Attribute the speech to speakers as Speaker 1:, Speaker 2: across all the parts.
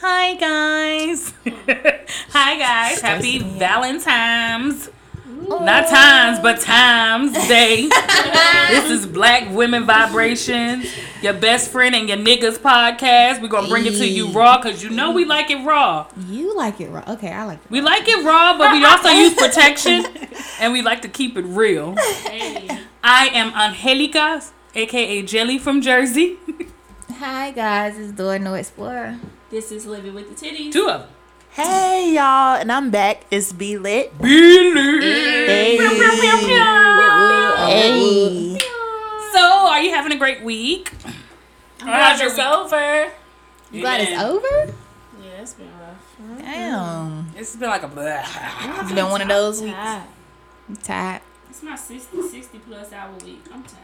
Speaker 1: Hi guys. Hi guys. Happy Valentine's. Not times, but times day. this is Black Women Vibrations, your best friend and your niggas podcast. We're gonna bring it to you raw because you know we like it raw.
Speaker 2: You like it raw. Okay, I like it.
Speaker 1: We like it raw, but we also use protection and we like to keep it real. I am Angelica, aka Jelly from Jersey.
Speaker 2: Hi guys, it's Door No Explorer.
Speaker 3: This is Living with the Titties.
Speaker 1: Two of them.
Speaker 4: Hey y'all, and I'm back. It's Be Lit.
Speaker 1: Billy.
Speaker 4: Hey.
Speaker 1: So, are you having a great week?
Speaker 3: How's your over?
Speaker 2: You glad it's over?
Speaker 3: Yeah, it's been rough.
Speaker 2: Damn.
Speaker 1: It's been like a blah.
Speaker 2: It's been one of those weeks.
Speaker 3: Tired.
Speaker 2: I'm tired.
Speaker 3: It's my 60, 60 plus hour week. I'm tired.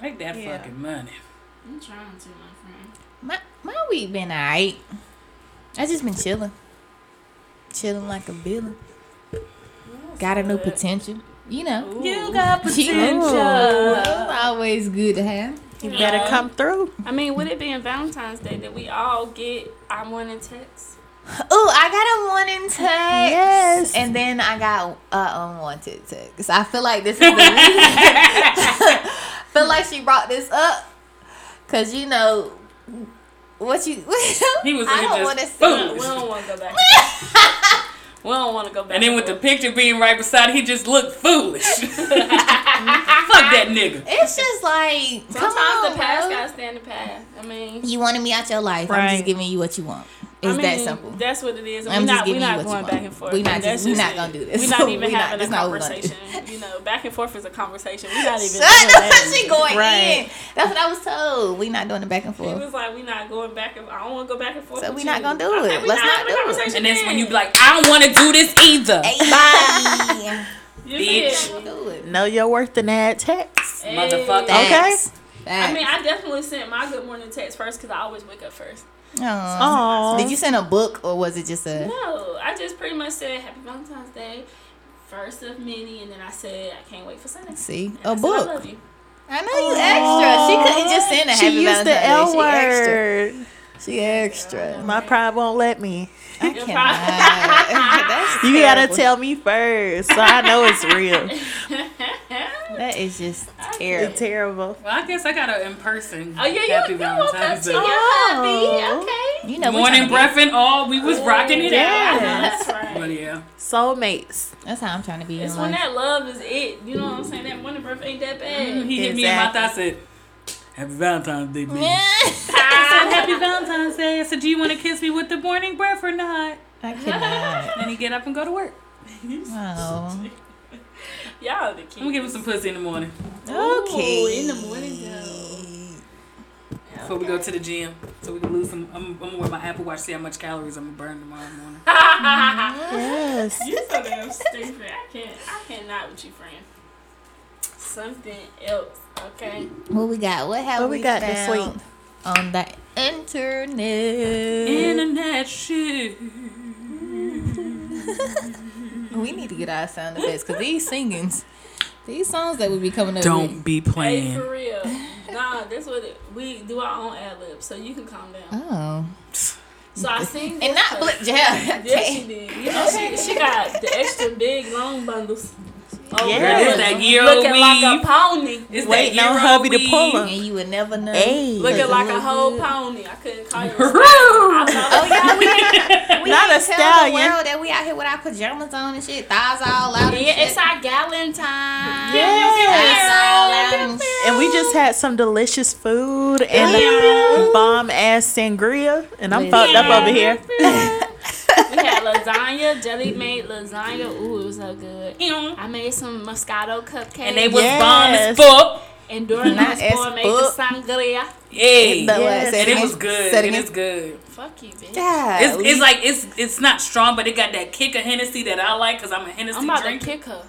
Speaker 1: Make that
Speaker 4: Yeah.
Speaker 1: fucking money.
Speaker 3: I'm trying to, my friend.
Speaker 2: My my week been alright. I just been chilling. Chilling like a villain. Got a new potential. You know.
Speaker 1: You got
Speaker 2: It's always good to have.
Speaker 4: You better come through.
Speaker 3: I mean, would it be in Valentine's Day that we all get our morning text?
Speaker 2: Oh, I got a one in text.
Speaker 4: Yes.
Speaker 2: And then I got uh, unwanted text. I feel like this is the reason. feel like she brought this up. Cause you know what you
Speaker 1: He was
Speaker 2: I
Speaker 1: looking just
Speaker 2: don't want to
Speaker 3: We
Speaker 1: boom.
Speaker 2: see
Speaker 3: don't, we don't want to go back. we don't want to go back.
Speaker 1: And then with the
Speaker 3: forth.
Speaker 1: picture being right beside, it, he just looked foolish. Fuck that nigga.
Speaker 2: it's just like come
Speaker 3: Sometimes
Speaker 2: on,
Speaker 3: the past
Speaker 2: bro.
Speaker 3: gotta stand the past. I mean,
Speaker 2: You wanted me out your life. I'm
Speaker 4: Right.
Speaker 2: just giving you what you want.
Speaker 3: I
Speaker 2: It's that
Speaker 3: mean,
Speaker 2: simple.
Speaker 3: That's what it is.
Speaker 2: I'm
Speaker 3: we're
Speaker 2: just
Speaker 3: not, we're
Speaker 2: giving you
Speaker 3: not
Speaker 2: what you
Speaker 3: going
Speaker 2: want.
Speaker 3: back and forth.
Speaker 2: We not just-
Speaker 3: That's
Speaker 2: we
Speaker 3: just
Speaker 2: not
Speaker 3: it.
Speaker 2: gonna do this.
Speaker 3: We're not
Speaker 2: We
Speaker 3: even
Speaker 2: not-
Speaker 3: having
Speaker 2: that's
Speaker 3: a
Speaker 2: not what we're gonna do.
Speaker 3: conversation. You know, back and forth is a conversation. We're not even.
Speaker 2: Shut
Speaker 3: doing
Speaker 2: up!
Speaker 3: that.
Speaker 2: She going
Speaker 4: Right.
Speaker 2: in. That's what I was told. We not doing the back and
Speaker 3: He
Speaker 2: forth.
Speaker 3: was like, "We not going back and. I don't want to go back and forth."
Speaker 2: So
Speaker 3: with
Speaker 2: we
Speaker 3: you.
Speaker 2: not gonna do
Speaker 3: I said,
Speaker 2: it.
Speaker 3: "We
Speaker 2: Let's not
Speaker 3: having a
Speaker 2: do it."
Speaker 3: conversation
Speaker 1: And that's when you
Speaker 3: then."
Speaker 1: be like, I don't want to do this either.
Speaker 2: Hey, bye.
Speaker 3: You
Speaker 1: bitch.
Speaker 3: did.
Speaker 2: Do it.
Speaker 4: Know your worth and add text.
Speaker 3: Hey.
Speaker 1: Motherfucker.
Speaker 2: Oh,
Speaker 4: Okay.
Speaker 2: Facts.
Speaker 3: I mean,
Speaker 2: Facts.
Speaker 3: I definitely sent my good morning text first because I always wake up first.
Speaker 2: Aw.
Speaker 4: Oh,
Speaker 2: Did you send a book or was it just a?
Speaker 3: No, I just pretty much said Happy Valentine's Day, first of many, and then I said I can't wait for Sunday.
Speaker 2: See,
Speaker 3: And I
Speaker 2: a
Speaker 3: said, I
Speaker 2: book.
Speaker 3: love you.
Speaker 2: I know you extra. She couldn't just send a happy
Speaker 4: She used the L
Speaker 2: Valentine's Day.
Speaker 4: word.
Speaker 2: She extra. She extra.
Speaker 4: My pride won't let me.
Speaker 2: I
Speaker 3: Your
Speaker 2: cannot.
Speaker 3: pride.
Speaker 2: That's
Speaker 4: You
Speaker 2: terrible.
Speaker 4: gotta tell me first, so I know it's real.
Speaker 2: That is just
Speaker 3: I
Speaker 2: terrible.
Speaker 4: It's terrible.
Speaker 1: Well, I guess I got to in person.
Speaker 3: Oh yeah,
Speaker 1: Happy
Speaker 3: you, you woke up
Speaker 1: Valentine's
Speaker 3: to
Speaker 1: Day.
Speaker 3: your
Speaker 4: Oh.
Speaker 3: hubby. Okay.
Speaker 2: You know, we
Speaker 1: Morning
Speaker 2: tryna get-
Speaker 1: breath and all. We was rocking it
Speaker 4: Yeah.
Speaker 1: out.
Speaker 3: That's
Speaker 1: But
Speaker 3: right.
Speaker 1: yeah.
Speaker 4: Soulmates.
Speaker 2: That's how I'm trying to be.
Speaker 3: It's
Speaker 2: In
Speaker 3: when
Speaker 2: life.
Speaker 3: that love is it. You know what I'm saying? That morning breath ain't that bad.
Speaker 1: He hit me in my thigh and said, Happy Valentine's Day, bitch. I
Speaker 3: Ah,
Speaker 1: said,
Speaker 2: I
Speaker 1: Happy Valentine's Day. I said, Do you want to kiss me with the morning breath or not?
Speaker 2: cannot.
Speaker 1: Then he get up and go to work.
Speaker 2: Oh.
Speaker 3: Y'all the key.
Speaker 1: I'm gonna give him some pussy in the morning
Speaker 3: Ooh,
Speaker 2: Okay.
Speaker 3: in the morning though.
Speaker 1: before we go to the gym, so we can lose some. I'm, I'm gonna wear my Apple Watch, see how much calories I'm gonna burn tomorrow morning.
Speaker 4: Yes.
Speaker 3: You so damn stupid. I can't. I cannot with you, friend. Something else, okay?
Speaker 2: What we got? What have
Speaker 4: What
Speaker 2: we,
Speaker 4: we got
Speaker 2: found
Speaker 4: this week?
Speaker 2: on the internet?
Speaker 1: Internet shit.
Speaker 2: we need to get our sound effects because these singings, these songs that would be coming up.
Speaker 1: Don't be
Speaker 3: Hey,
Speaker 1: playing.
Speaker 3: for real. Nah, that's what it, we do our own ad lib, so you can calm down.
Speaker 2: Oh.
Speaker 3: So I seen this
Speaker 2: And not
Speaker 3: clip.
Speaker 2: Blip Jam.
Speaker 3: Yes, she did. You know, she, she got the extra big long bundles. Oh,
Speaker 4: Yeah.
Speaker 1: Girl,
Speaker 3: really?
Speaker 1: it's that year old
Speaker 3: Looking like
Speaker 1: weave.
Speaker 3: a pony.
Speaker 1: It's
Speaker 4: Waiting
Speaker 1: that
Speaker 4: on
Speaker 1: year
Speaker 4: hubby to
Speaker 1: old
Speaker 4: pull
Speaker 1: weave.
Speaker 4: her.
Speaker 2: And you would never know.
Speaker 4: Hey.
Speaker 3: Looking like a
Speaker 2: look
Speaker 3: whole
Speaker 2: good.
Speaker 3: pony. I couldn't call you. a
Speaker 1: Girl.
Speaker 2: Oh
Speaker 3: stallion.
Speaker 2: yeah, we gotta, we
Speaker 4: Not
Speaker 2: gotta
Speaker 4: a
Speaker 2: tell the
Speaker 4: stallion.
Speaker 2: world that we out here with our pajamas on and shit, thighs all out. and
Speaker 3: Yeah,
Speaker 2: shit.
Speaker 3: it's our Galentine.
Speaker 4: Yes.
Speaker 2: Thighs all out and
Speaker 4: And we just had some delicious food and
Speaker 3: Yeah.
Speaker 4: a bomb ass sangria, and I'm
Speaker 2: Yeah.
Speaker 4: fucked up over here.
Speaker 3: We had lasagna, jelly made lasagna. Ooh, it was so good. I made some Moscato cupcakes.
Speaker 1: And they was
Speaker 4: Yes.
Speaker 1: bomb as fuck.
Speaker 3: and during
Speaker 2: Not
Speaker 3: this boy
Speaker 2: as
Speaker 3: made the
Speaker 2: fuck.
Speaker 3: sangria.
Speaker 1: Yeah.
Speaker 2: But what,
Speaker 4: Yes.
Speaker 2: say
Speaker 1: And it
Speaker 2: again?
Speaker 1: was good.
Speaker 2: Say it
Speaker 1: And
Speaker 2: again?
Speaker 1: it's good.
Speaker 3: Fuck you, bitch.
Speaker 2: God,
Speaker 1: It's,
Speaker 2: we-
Speaker 1: it's like it's it's not strong, but it got that kick of Hennessy that I like because I'm a Hennessy
Speaker 3: I'm about
Speaker 1: drinker.
Speaker 3: to kick her.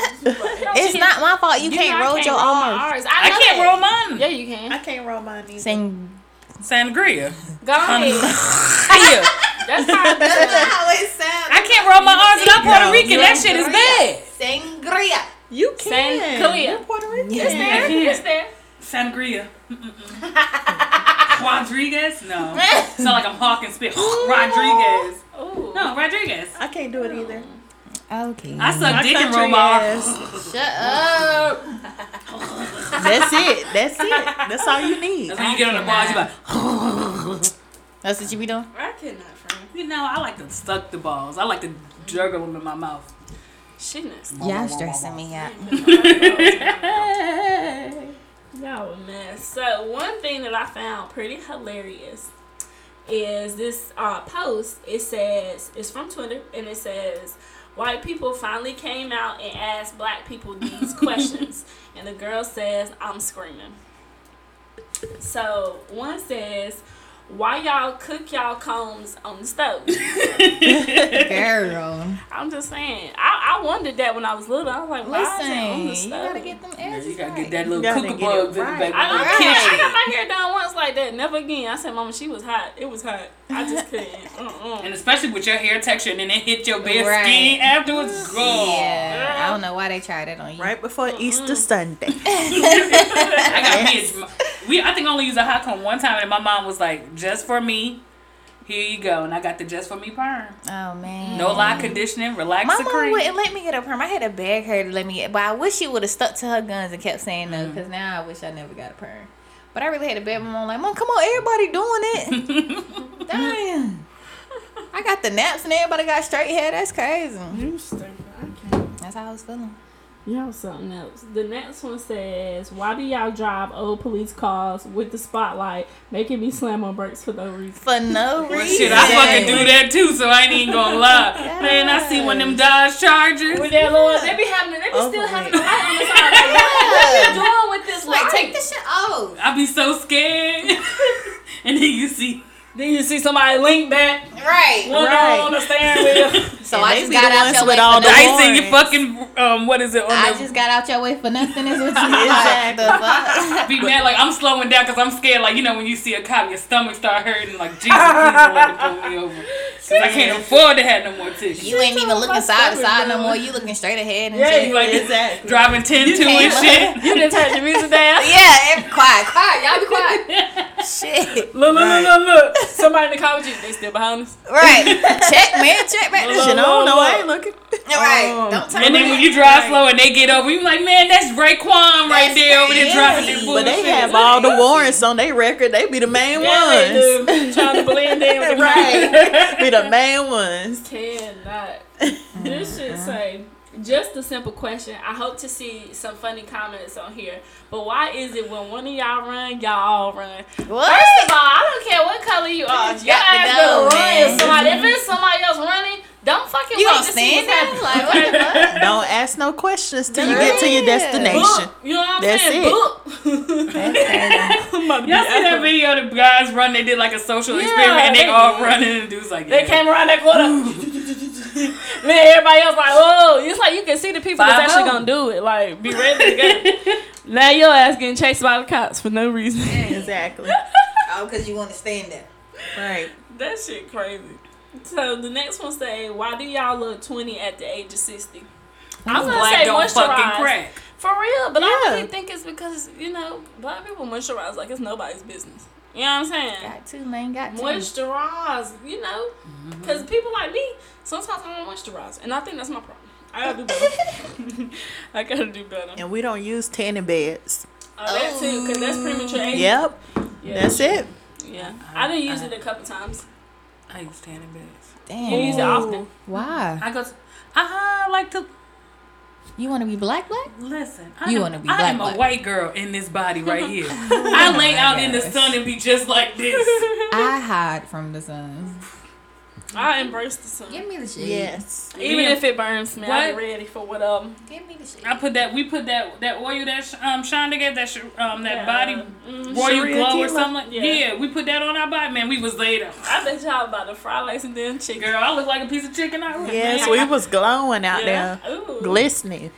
Speaker 2: it's not my fault. You,
Speaker 3: You
Speaker 2: can't
Speaker 3: know I
Speaker 2: roll your
Speaker 3: roll my
Speaker 2: arms.
Speaker 3: R's.
Speaker 1: I
Speaker 3: know
Speaker 1: can't
Speaker 3: that.
Speaker 1: roll mine.
Speaker 3: Yeah, you can.
Speaker 4: can't roll mine either.
Speaker 2: Sing.
Speaker 1: Sangria.
Speaker 3: Go ahead.
Speaker 1: Um, Yeah.
Speaker 3: That's how it
Speaker 2: That's
Speaker 3: does.
Speaker 2: how it sounds.
Speaker 1: I can't roll my arms and I'm Puerto Rican. That shit is
Speaker 2: Sangria.
Speaker 1: bad.
Speaker 2: Sangria.
Speaker 4: You
Speaker 3: San
Speaker 4: can.
Speaker 3: Clea.
Speaker 4: You're Puerto Rican.
Speaker 3: It's there. It's there.
Speaker 1: Sangria. Rodriguez? No. Sound like I'm hawking spit. Rodriguez.
Speaker 3: Ooh.
Speaker 1: No, Rodriguez.
Speaker 4: I can't do it either.
Speaker 2: Okay.
Speaker 1: I suck
Speaker 4: My
Speaker 1: dick and
Speaker 4: country
Speaker 1: roll my
Speaker 4: is-
Speaker 2: Shut up.
Speaker 4: That's it. That's it. That's all you need.
Speaker 1: That's when you get on the balls, you like,
Speaker 2: That's what you be doing.
Speaker 3: I cannot, friend.
Speaker 1: you know, I like to suck the balls. I like to juggle them in my mouth.
Speaker 3: She nuts.
Speaker 2: Y'all stressing me out.
Speaker 3: Y'all a mess. So one thing that I found pretty hilarious is this uh, post. It says it's from Twitter, and it says white people finally came out and asked black people these questions, and the girl says, "I'm screaming." So one says, "Why y'all cook y'all combs on the stove?"
Speaker 2: Girl,
Speaker 3: I'm just saying. I, I wondered that when I was little. I was like, "Why is it on
Speaker 2: listen,
Speaker 3: the
Speaker 2: you
Speaker 3: stove?"
Speaker 2: gotta get them
Speaker 1: Yeah,
Speaker 2: edges.
Speaker 1: you gotta
Speaker 2: right.
Speaker 1: get that little
Speaker 4: Gotta
Speaker 1: cooker
Speaker 4: get it
Speaker 1: bug in the
Speaker 4: right.
Speaker 1: back
Speaker 3: I,
Speaker 1: of
Speaker 3: I,
Speaker 1: the
Speaker 3: I
Speaker 1: kitchen.
Speaker 3: got my hair done once like that. Never again. I said, Mama, she was hot. It was hot. I just couldn't. Uh-uh.
Speaker 1: And especially with your hair texture and then it hit your bare
Speaker 2: Right.
Speaker 1: skin afterwards. Girl.
Speaker 2: Yeah, I don't know why they tried it on you.
Speaker 4: Right before Easter Sunday.
Speaker 1: I got me. a- We I think I only used a hot comb one time, and my mom was like, "Just for me, here you go." And I got the just for me perm,
Speaker 2: Oh man.
Speaker 1: no lie conditioning, relax
Speaker 2: My
Speaker 1: the
Speaker 2: mom
Speaker 1: cream.
Speaker 2: wouldn't let me get a perm. I had to beg her to let me get, but I wish she would have stuck to her guns and kept saying no. Because now I wish I never got a perm. But I really had to beg my mom like, Mom, come on, everybody doing it. Damn. I got the naps and everybody got straight hair. That's crazy.
Speaker 3: You stupid. I can't.
Speaker 2: That's how I was feeling.
Speaker 3: Y'all something else. The next one says, Why do y'all drive old police cars with the spotlight making me slam on brakes for no reason?
Speaker 2: For no
Speaker 1: Well,
Speaker 2: reason.
Speaker 1: shit, I fucking do that too, so I ain't even gonna lie. Man, I see one of them Dodge Chargers.
Speaker 3: With that Lord, they be having they be still having the light on the side. Like, what are you doing with this light?
Speaker 2: Like, take this shit off.
Speaker 1: I be so scared. and then you see,
Speaker 3: then you see somebody link back,
Speaker 2: Right.
Speaker 3: one
Speaker 4: Right.
Speaker 3: arm on the steering wheel.
Speaker 2: So
Speaker 4: And
Speaker 2: I
Speaker 4: they
Speaker 2: just
Speaker 4: be
Speaker 2: got
Speaker 4: the
Speaker 2: out
Speaker 4: ones
Speaker 2: your
Speaker 4: with
Speaker 2: way
Speaker 4: all
Speaker 2: for
Speaker 4: the
Speaker 2: nothing.
Speaker 1: dice in your fucking um, what is it on
Speaker 2: I
Speaker 1: the?
Speaker 2: just got out your way for nothing. Is what you like. The fuck?
Speaker 1: be mad like I'm slowing down because I'm scared. Like you know when you see a cop, your stomach start hurting. Like Jesus, please don't let them pull me over because I can't afford to have no more tickets.
Speaker 2: You ain't even looking
Speaker 3: my
Speaker 2: side to
Speaker 3: stomach,
Speaker 2: side no
Speaker 3: bro.
Speaker 2: more. You looking straight ahead and
Speaker 1: Yeah,
Speaker 2: shit.
Speaker 1: you like
Speaker 4: Exactly.
Speaker 1: driving 10 2
Speaker 2: can't
Speaker 1: and shit.
Speaker 3: you didn't turn the music down.
Speaker 2: Yeah, and quiet, quiet. Y'all be quiet. shit.
Speaker 3: Look, look,
Speaker 4: Right.
Speaker 3: look, look, look. Somebody in the car with you, they still behind us.
Speaker 2: Right. check, man. Check, man.
Speaker 4: Shit, I don't know. I ain't looking.
Speaker 2: right.
Speaker 4: Um,
Speaker 2: Don't turn
Speaker 1: And then
Speaker 2: around.
Speaker 1: when you drive slow and they get over, you like, man, that's Raekwon right
Speaker 2: That's
Speaker 1: there over there
Speaker 2: crazy.
Speaker 1: driving their bullshit.
Speaker 4: But they have all the warrants on their record. They be the main
Speaker 3: Yeah,
Speaker 4: ones.
Speaker 3: they do. Trying to blend in with the crowd.
Speaker 4: right. Be the main ones.
Speaker 3: Cannot. this should
Speaker 2: Uh-huh.
Speaker 3: say just a simple question. I hope to see some funny comments on here. But why is it when one of y'all run, y'all all run?
Speaker 2: What?
Speaker 3: First of all, I don't care what color you are.
Speaker 2: You
Speaker 3: Your
Speaker 2: got to
Speaker 3: ass
Speaker 2: go,
Speaker 3: gonna run.
Speaker 2: man. Mm-hmm.
Speaker 3: If somebody, if it's somebody else running, don't fucking
Speaker 2: You
Speaker 3: wait
Speaker 2: gonna
Speaker 3: to see
Speaker 2: stand
Speaker 3: what's happening.
Speaker 2: there? Like, what the fuck?
Speaker 4: Don't ask no questions till you get to your
Speaker 2: Yeah.
Speaker 4: destination.
Speaker 3: Book. You know what I'm
Speaker 4: That's
Speaker 3: saying?
Speaker 4: it.
Speaker 3: Book. I'm about to be
Speaker 1: Y'all see that
Speaker 3: out.
Speaker 1: video of the guys run? They did like a social
Speaker 3: Yeah,
Speaker 1: experiment and they,
Speaker 3: they
Speaker 1: all
Speaker 3: did.
Speaker 1: running and dudes like,
Speaker 3: They
Speaker 1: yeah.
Speaker 3: came around that corner. then everybody else like, oh, it's like you can see the people that's
Speaker 2: oh.
Speaker 3: actually gonna do it. Like, be ready to go. now your ass getting chased by the cops for no reason.
Speaker 4: Exactly.
Speaker 2: Oh, because you want to stand there.
Speaker 4: Right.
Speaker 3: that shit crazy. So the next one say, why do y'all look twenty at the age of sixty? I'm gonna
Speaker 1: black
Speaker 3: say
Speaker 1: don't fucking
Speaker 3: moisturize.
Speaker 1: crack.
Speaker 3: For real, but I
Speaker 4: Yeah.
Speaker 3: really think it's because you know black people moisturize like it's nobody's business. You know what I'm saying?
Speaker 2: Got to, man. Got to.
Speaker 3: moisturize, you know,
Speaker 4: Mm-hmm.
Speaker 3: because people like me sometimes I don't moisturize, and I think that's my problem. I gotta do better. I gotta do better.
Speaker 4: And we don't use tanning beds.
Speaker 3: Oh, that too, because that's premature aging.
Speaker 4: Yep.
Speaker 3: yeah,
Speaker 4: That's it. Uh-huh.
Speaker 3: Yeah, I done used it a couple times.
Speaker 1: I ain't standing beds.
Speaker 2: Damn.
Speaker 3: You use it often.
Speaker 2: Why?
Speaker 1: I go, uh-huh, I like to
Speaker 2: You want to be black, black?
Speaker 1: Listen, I
Speaker 2: You
Speaker 1: am,
Speaker 2: wanna be
Speaker 1: I
Speaker 2: black,
Speaker 1: am a
Speaker 2: black.
Speaker 1: white girl in this body right here. I lay
Speaker 2: Oh my
Speaker 1: out in the
Speaker 2: gosh.
Speaker 1: sun and be just like this.
Speaker 2: I hide from the sun.
Speaker 3: I embrace the sun,
Speaker 2: Give me the shit.
Speaker 4: Yes.
Speaker 3: even
Speaker 1: Yeah.
Speaker 3: if it burns me. I'm
Speaker 1: What?
Speaker 3: ready for what um
Speaker 2: Give me the shit.
Speaker 1: I put that. We put that that oil that sh- um Shonda got that sh- um that
Speaker 3: yeah,
Speaker 1: body
Speaker 3: mm,
Speaker 1: royal
Speaker 4: Sharia
Speaker 1: glow or
Speaker 4: Teela.
Speaker 1: something. Like, yeah.
Speaker 3: Yeah.
Speaker 1: we put that on our body, man. We was laid out.
Speaker 3: I bet y'all about to fry like some damn chicken.
Speaker 1: Girl, I look like a piece of chicken. I look.
Speaker 4: Yes, we was glowing out there.
Speaker 3: Ooh,
Speaker 4: Glistening.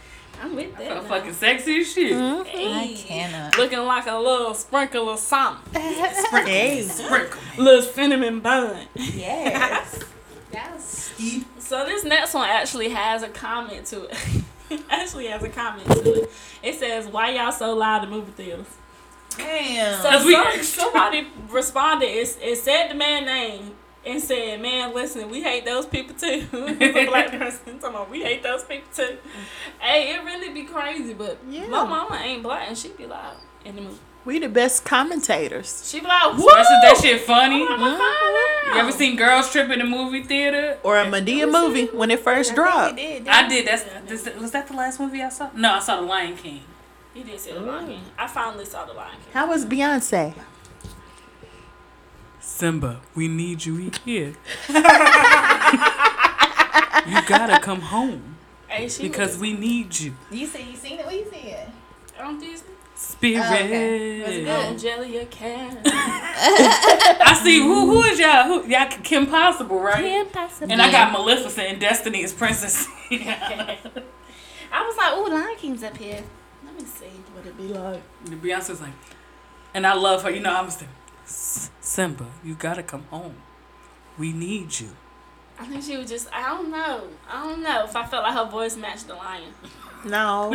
Speaker 3: I'm with that.
Speaker 1: So
Speaker 3: now.
Speaker 1: fucking sexy as shit.
Speaker 3: Hmm?
Speaker 2: I
Speaker 3: Hey.
Speaker 2: cannot.
Speaker 3: Looking like a little sprinkle of something,
Speaker 4: Hey.
Speaker 1: Sprinkle.
Speaker 3: little cinnamon bun.
Speaker 2: Yes. That was
Speaker 3: So this next one actually has a comment to it. actually has a comment to it. It says, "Why y'all so loud in movie theaters?"
Speaker 2: Damn.
Speaker 3: So
Speaker 1: we-
Speaker 3: some- somebody responded and, and said the man name and said, "Man, listen, we hate those people too." It's a black person talking about we hate those people too. Hey, it really be crazy, but
Speaker 4: Yeah.
Speaker 3: my mama ain't black and she be loud in the movie.
Speaker 4: We the best commentators.
Speaker 3: She be like, "Woo!"
Speaker 1: Especially that shit funny.
Speaker 3: I'm a
Speaker 1: You ever seen girls trip in the movie theater?
Speaker 4: Or a Medea movie when it first
Speaker 2: I think
Speaker 4: dropped.
Speaker 2: we did,
Speaker 1: I
Speaker 2: didn't
Speaker 1: did. That's this, was that the last movie I saw? No, I saw The Lion King.
Speaker 3: He did say the Lion King. I finally saw the Lion King.
Speaker 4: How was Beyonce?
Speaker 1: Simba, we need you here. you gotta come home
Speaker 3: Hey, she
Speaker 1: because we need you,
Speaker 2: we? You said you seen it? Where you see it?
Speaker 3: was on Disney.
Speaker 1: spirit.
Speaker 2: Oh, okay. Was it good?
Speaker 3: Angelia Khan.
Speaker 1: I see. Who who is y'all? Who y'all? Kim Possible, right?
Speaker 3: Possible.
Speaker 1: And I got Maleficent and Destiny as princess.
Speaker 3: I was like, "Ooh, Lion King's up here." Let me see what it be like.
Speaker 1: And Beyonce's like, and I love her. You know, I'm just like, "S- Simba, you gotta come home. We need you.
Speaker 3: I think she was just I don't know. I don't know if I felt like her voice matched the lion.
Speaker 4: No,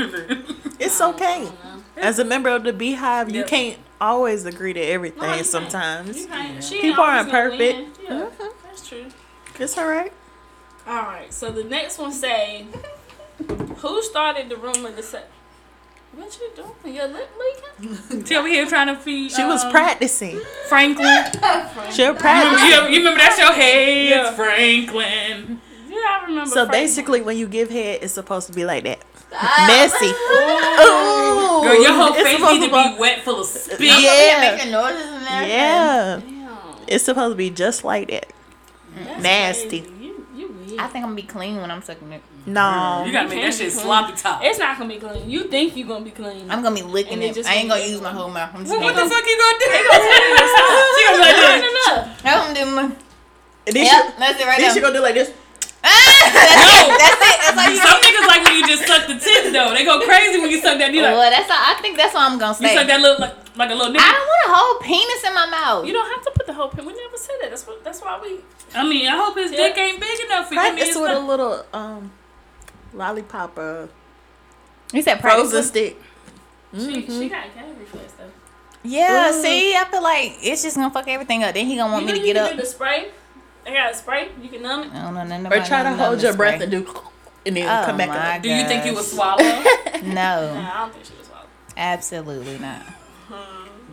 Speaker 4: it's
Speaker 3: I don't- I
Speaker 4: okay.
Speaker 3: don't know.
Speaker 4: As a member of the Beehive, you
Speaker 1: Yep.
Speaker 4: can't always agree to
Speaker 3: No, you
Speaker 4: everything.
Speaker 3: can't.
Speaker 4: Sometimes
Speaker 3: You can't- she ain't
Speaker 4: People
Speaker 3: always
Speaker 4: aren't
Speaker 3: gonna
Speaker 4: perfect.
Speaker 3: win. Yeah, that's true.
Speaker 4: it's all right.
Speaker 3: All right, so the next one say, who started the rumor to say? What you doing? Your lip leaking?
Speaker 1: She over here trying to feed.
Speaker 4: She was
Speaker 1: um,
Speaker 4: practicing.
Speaker 1: Franklin.
Speaker 4: She'll
Speaker 1: Remember-
Speaker 4: practice.
Speaker 1: you, you remember that's your head,
Speaker 3: Yeah.
Speaker 1: Franklin.
Speaker 3: Yeah, I remember.
Speaker 4: So
Speaker 3: Frank-
Speaker 4: basically, when you give head, it's supposed to be like that.
Speaker 2: Stop.
Speaker 4: Messy. Ooh.
Speaker 1: Girl, your whole
Speaker 4: It's
Speaker 1: face
Speaker 4: supposed
Speaker 1: needs to
Speaker 4: to
Speaker 1: be wet full of spit.
Speaker 4: Yeah.
Speaker 2: Yeah. Making noises and everything.
Speaker 4: Yeah,
Speaker 3: Damn,
Speaker 4: it's supposed to be just like that.
Speaker 3: that's
Speaker 4: Nasty.
Speaker 3: crazy. You, you weird.
Speaker 2: I think I'm gonna be clean when I'm sucking it.
Speaker 1: You
Speaker 4: No,
Speaker 1: gotta make that shit sloppy top.
Speaker 3: it's not gonna be clean. You think you gonna be clean?
Speaker 2: I'm gonna be licking
Speaker 3: And it
Speaker 2: it.
Speaker 3: just
Speaker 2: I ain't gonna
Speaker 3: gonna-
Speaker 2: use my whole mouth. I'm just
Speaker 1: Well, what the
Speaker 2: gonna.
Speaker 1: fuck you gonna do? she gonna be like
Speaker 3: Not
Speaker 1: this.
Speaker 3: enough.
Speaker 2: I'm doing.
Speaker 4: And
Speaker 2: Yep,
Speaker 4: then she,
Speaker 2: that's it right
Speaker 4: then she
Speaker 2: there.
Speaker 4: gonna do like this.
Speaker 2: Ah, that's it. That's it. That's all you.
Speaker 1: Some niggas like when you just suck the tip though. They go crazy when you suck that. You like
Speaker 2: Well, that's all. I think that's all I'm gonna
Speaker 1: you
Speaker 2: say.
Speaker 1: suck that little like, like a little
Speaker 2: I
Speaker 1: nigga.
Speaker 2: don't want a whole penis in my mouth.
Speaker 3: You don't have to put the whole pin. We never said that. That's what. That's why we.
Speaker 1: I mean, I hope his dick ain't big enough for you. I mean,
Speaker 4: Practice
Speaker 1: it's
Speaker 4: with a
Speaker 1: not-
Speaker 4: little um, lollipop or
Speaker 2: You said practice.
Speaker 4: frozen stick.
Speaker 3: She,
Speaker 2: Mm-hmm.
Speaker 3: she got gag reflex though.
Speaker 2: Yeah,
Speaker 4: Ooh.
Speaker 2: see, I feel like it's just gonna fuck everything up. Then he gonna want me
Speaker 3: you
Speaker 2: to
Speaker 3: know you
Speaker 2: get
Speaker 3: can
Speaker 2: up.
Speaker 3: Do the spray. I got a spray. You can numb it.
Speaker 2: I don't know nothing
Speaker 4: Or
Speaker 2: about
Speaker 4: try to
Speaker 2: none of
Speaker 4: hold
Speaker 2: this
Speaker 4: your breath
Speaker 2: spray.
Speaker 4: and do, and then
Speaker 2: Oh
Speaker 4: come back
Speaker 2: my
Speaker 4: up.
Speaker 1: Do you think you would
Speaker 2: gosh.
Speaker 1: swallow?
Speaker 2: No,
Speaker 3: Nah, I don't think she was wild.
Speaker 2: absolutely not.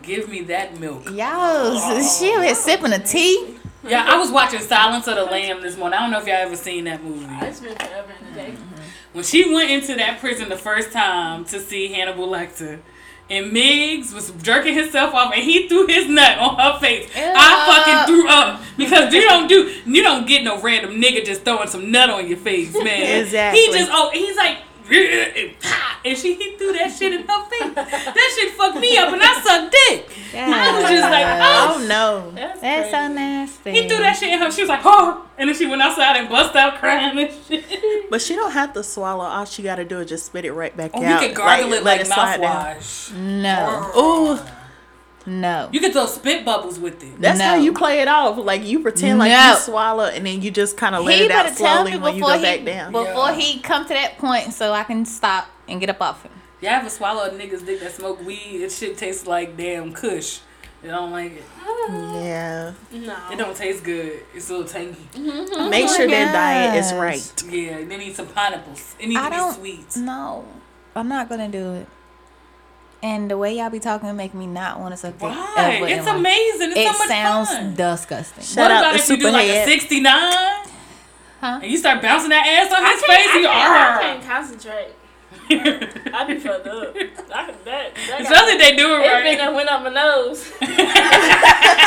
Speaker 1: Give me that milk.
Speaker 2: Y'all, she was sipping a tea.
Speaker 1: Yeah, I was watching Silence of the Lamb this morning. I don't know if y'all ever seen that movie.
Speaker 3: It's been forever and a day.
Speaker 1: When she went into that prison the first time to see Hannibal Lecter, and Miggs was jerking himself off, and he threw his nut on her face. I
Speaker 2: Ew.
Speaker 1: fucking threw up because you don't do you don't get no random nigga just throwing some nut on your face, man.
Speaker 4: Exactly.
Speaker 1: He just oh he's like. And pah, and she he threw that shit in her face. That shit fucked me up, and I sucked dick. I was just like, oh
Speaker 4: Oh no.
Speaker 3: That's,
Speaker 2: That's so
Speaker 3: crazy.
Speaker 2: nasty.
Speaker 1: He threw that shit in her. She was like, oh. And then she went outside and bust out crying and shit.
Speaker 4: But she don't have to swallow. All she gotta do is just spit it right back
Speaker 1: Or
Speaker 4: out.
Speaker 1: Oh, you could gargle it like
Speaker 4: slide down.
Speaker 1: mouthwash.
Speaker 2: No,
Speaker 4: Ooh,
Speaker 2: no.
Speaker 1: You could throw spit bubbles with it.
Speaker 4: that's how
Speaker 2: No.
Speaker 4: you play it off. Like you pretend like
Speaker 2: No.
Speaker 4: you swallow, and then you just kind of let
Speaker 2: He
Speaker 4: it
Speaker 2: better
Speaker 4: out
Speaker 2: tell me
Speaker 4: slowly when you
Speaker 2: before
Speaker 4: go
Speaker 2: he
Speaker 4: back down.
Speaker 2: before
Speaker 1: Yeah.
Speaker 2: he come to that point, so I can stop and get up off him.
Speaker 1: Y'all ever swallow a nigga's dick that smoke weed? It shit tastes like damn kush. I don't like it.
Speaker 4: Yeah.
Speaker 1: It
Speaker 3: No.
Speaker 1: don't taste good. It's a little tangy.
Speaker 2: my
Speaker 4: Make sure that diet is
Speaker 2: gosh.
Speaker 4: right.
Speaker 1: Yeah, they need some pineapples. It needs
Speaker 2: I
Speaker 1: to
Speaker 2: don't-
Speaker 1: be sweet.
Speaker 2: No, I'm not gonna do it. And the way y'all be talking make me not want to suck dick
Speaker 1: Why?
Speaker 2: ever in
Speaker 1: It's
Speaker 2: my-
Speaker 1: amazing. It's
Speaker 2: It
Speaker 1: so much
Speaker 2: sounds
Speaker 1: fun.
Speaker 2: disgusting.
Speaker 4: Shut
Speaker 1: What
Speaker 4: up,
Speaker 1: about
Speaker 4: the
Speaker 1: if you do like a
Speaker 4: superhead.
Speaker 1: 69
Speaker 2: Huh?
Speaker 1: and you start bouncing that ass on
Speaker 3: I
Speaker 1: his
Speaker 3: can't, I,
Speaker 1: face?
Speaker 3: can't,
Speaker 1: You
Speaker 3: I
Speaker 1: are.
Speaker 3: can't concentrate. I be fucked up. I, that, that
Speaker 1: It's
Speaker 3: got,
Speaker 1: nothing they do it
Speaker 3: it been
Speaker 1: right.
Speaker 3: that went up my nose.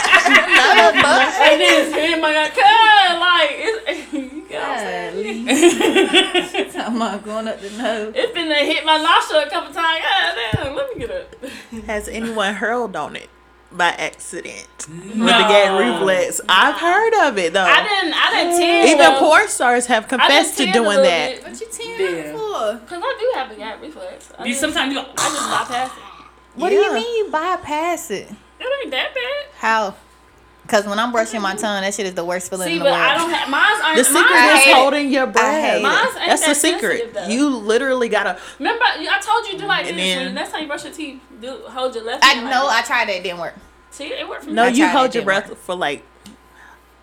Speaker 2: Motherfucker.
Speaker 3: and then it's been my God, cut. Like, it's, you know what I'm saying?
Speaker 2: Talking about going up the nose.
Speaker 3: It's been that hit my nostril a couple times. God damn, let me get up.
Speaker 4: Has anyone hurled on it by accident
Speaker 1: no.
Speaker 4: with the gag reflex? I've heard of it though.
Speaker 3: I didn't, I didn't tear.
Speaker 4: Oh. Even porn stars have
Speaker 3: I done
Speaker 4: confessed to
Speaker 3: teared a
Speaker 4: doing
Speaker 3: little
Speaker 4: that.
Speaker 3: bit,
Speaker 2: What you
Speaker 1: Yeah.
Speaker 2: tearing up for?
Speaker 3: Cause I do have a gag reflex. I
Speaker 1: You
Speaker 3: just-
Speaker 1: sometimes you go,
Speaker 3: I just bypass it.
Speaker 2: What do
Speaker 4: Yeah.
Speaker 2: you mean you bypass it?
Speaker 3: It ain't that bad.
Speaker 2: How? Cause when I'm brushing my tongue, that shit is the worst feeling
Speaker 3: See,
Speaker 2: in the
Speaker 3: but
Speaker 2: world.
Speaker 3: I don't have mine's aren't
Speaker 4: The secret
Speaker 3: mine's
Speaker 2: I
Speaker 4: is
Speaker 2: hate it.
Speaker 4: holding your
Speaker 2: hate
Speaker 4: breath.
Speaker 2: it.
Speaker 3: Mine's ain't
Speaker 4: That's the
Speaker 3: that
Speaker 4: secret.
Speaker 3: sensitive, though.
Speaker 4: You literally gotta.
Speaker 3: Remember, I told you do like
Speaker 4: And
Speaker 3: this. When
Speaker 4: then-
Speaker 3: next time you brush your teeth, do hold your left.
Speaker 2: I
Speaker 3: hand like
Speaker 2: know. I
Speaker 3: that.
Speaker 2: tried that. It didn't work.
Speaker 3: see it worked for
Speaker 4: No,
Speaker 2: I
Speaker 3: me.
Speaker 4: you
Speaker 2: tried, it
Speaker 4: hold your
Speaker 2: didn't
Speaker 4: breath
Speaker 2: work.
Speaker 4: for like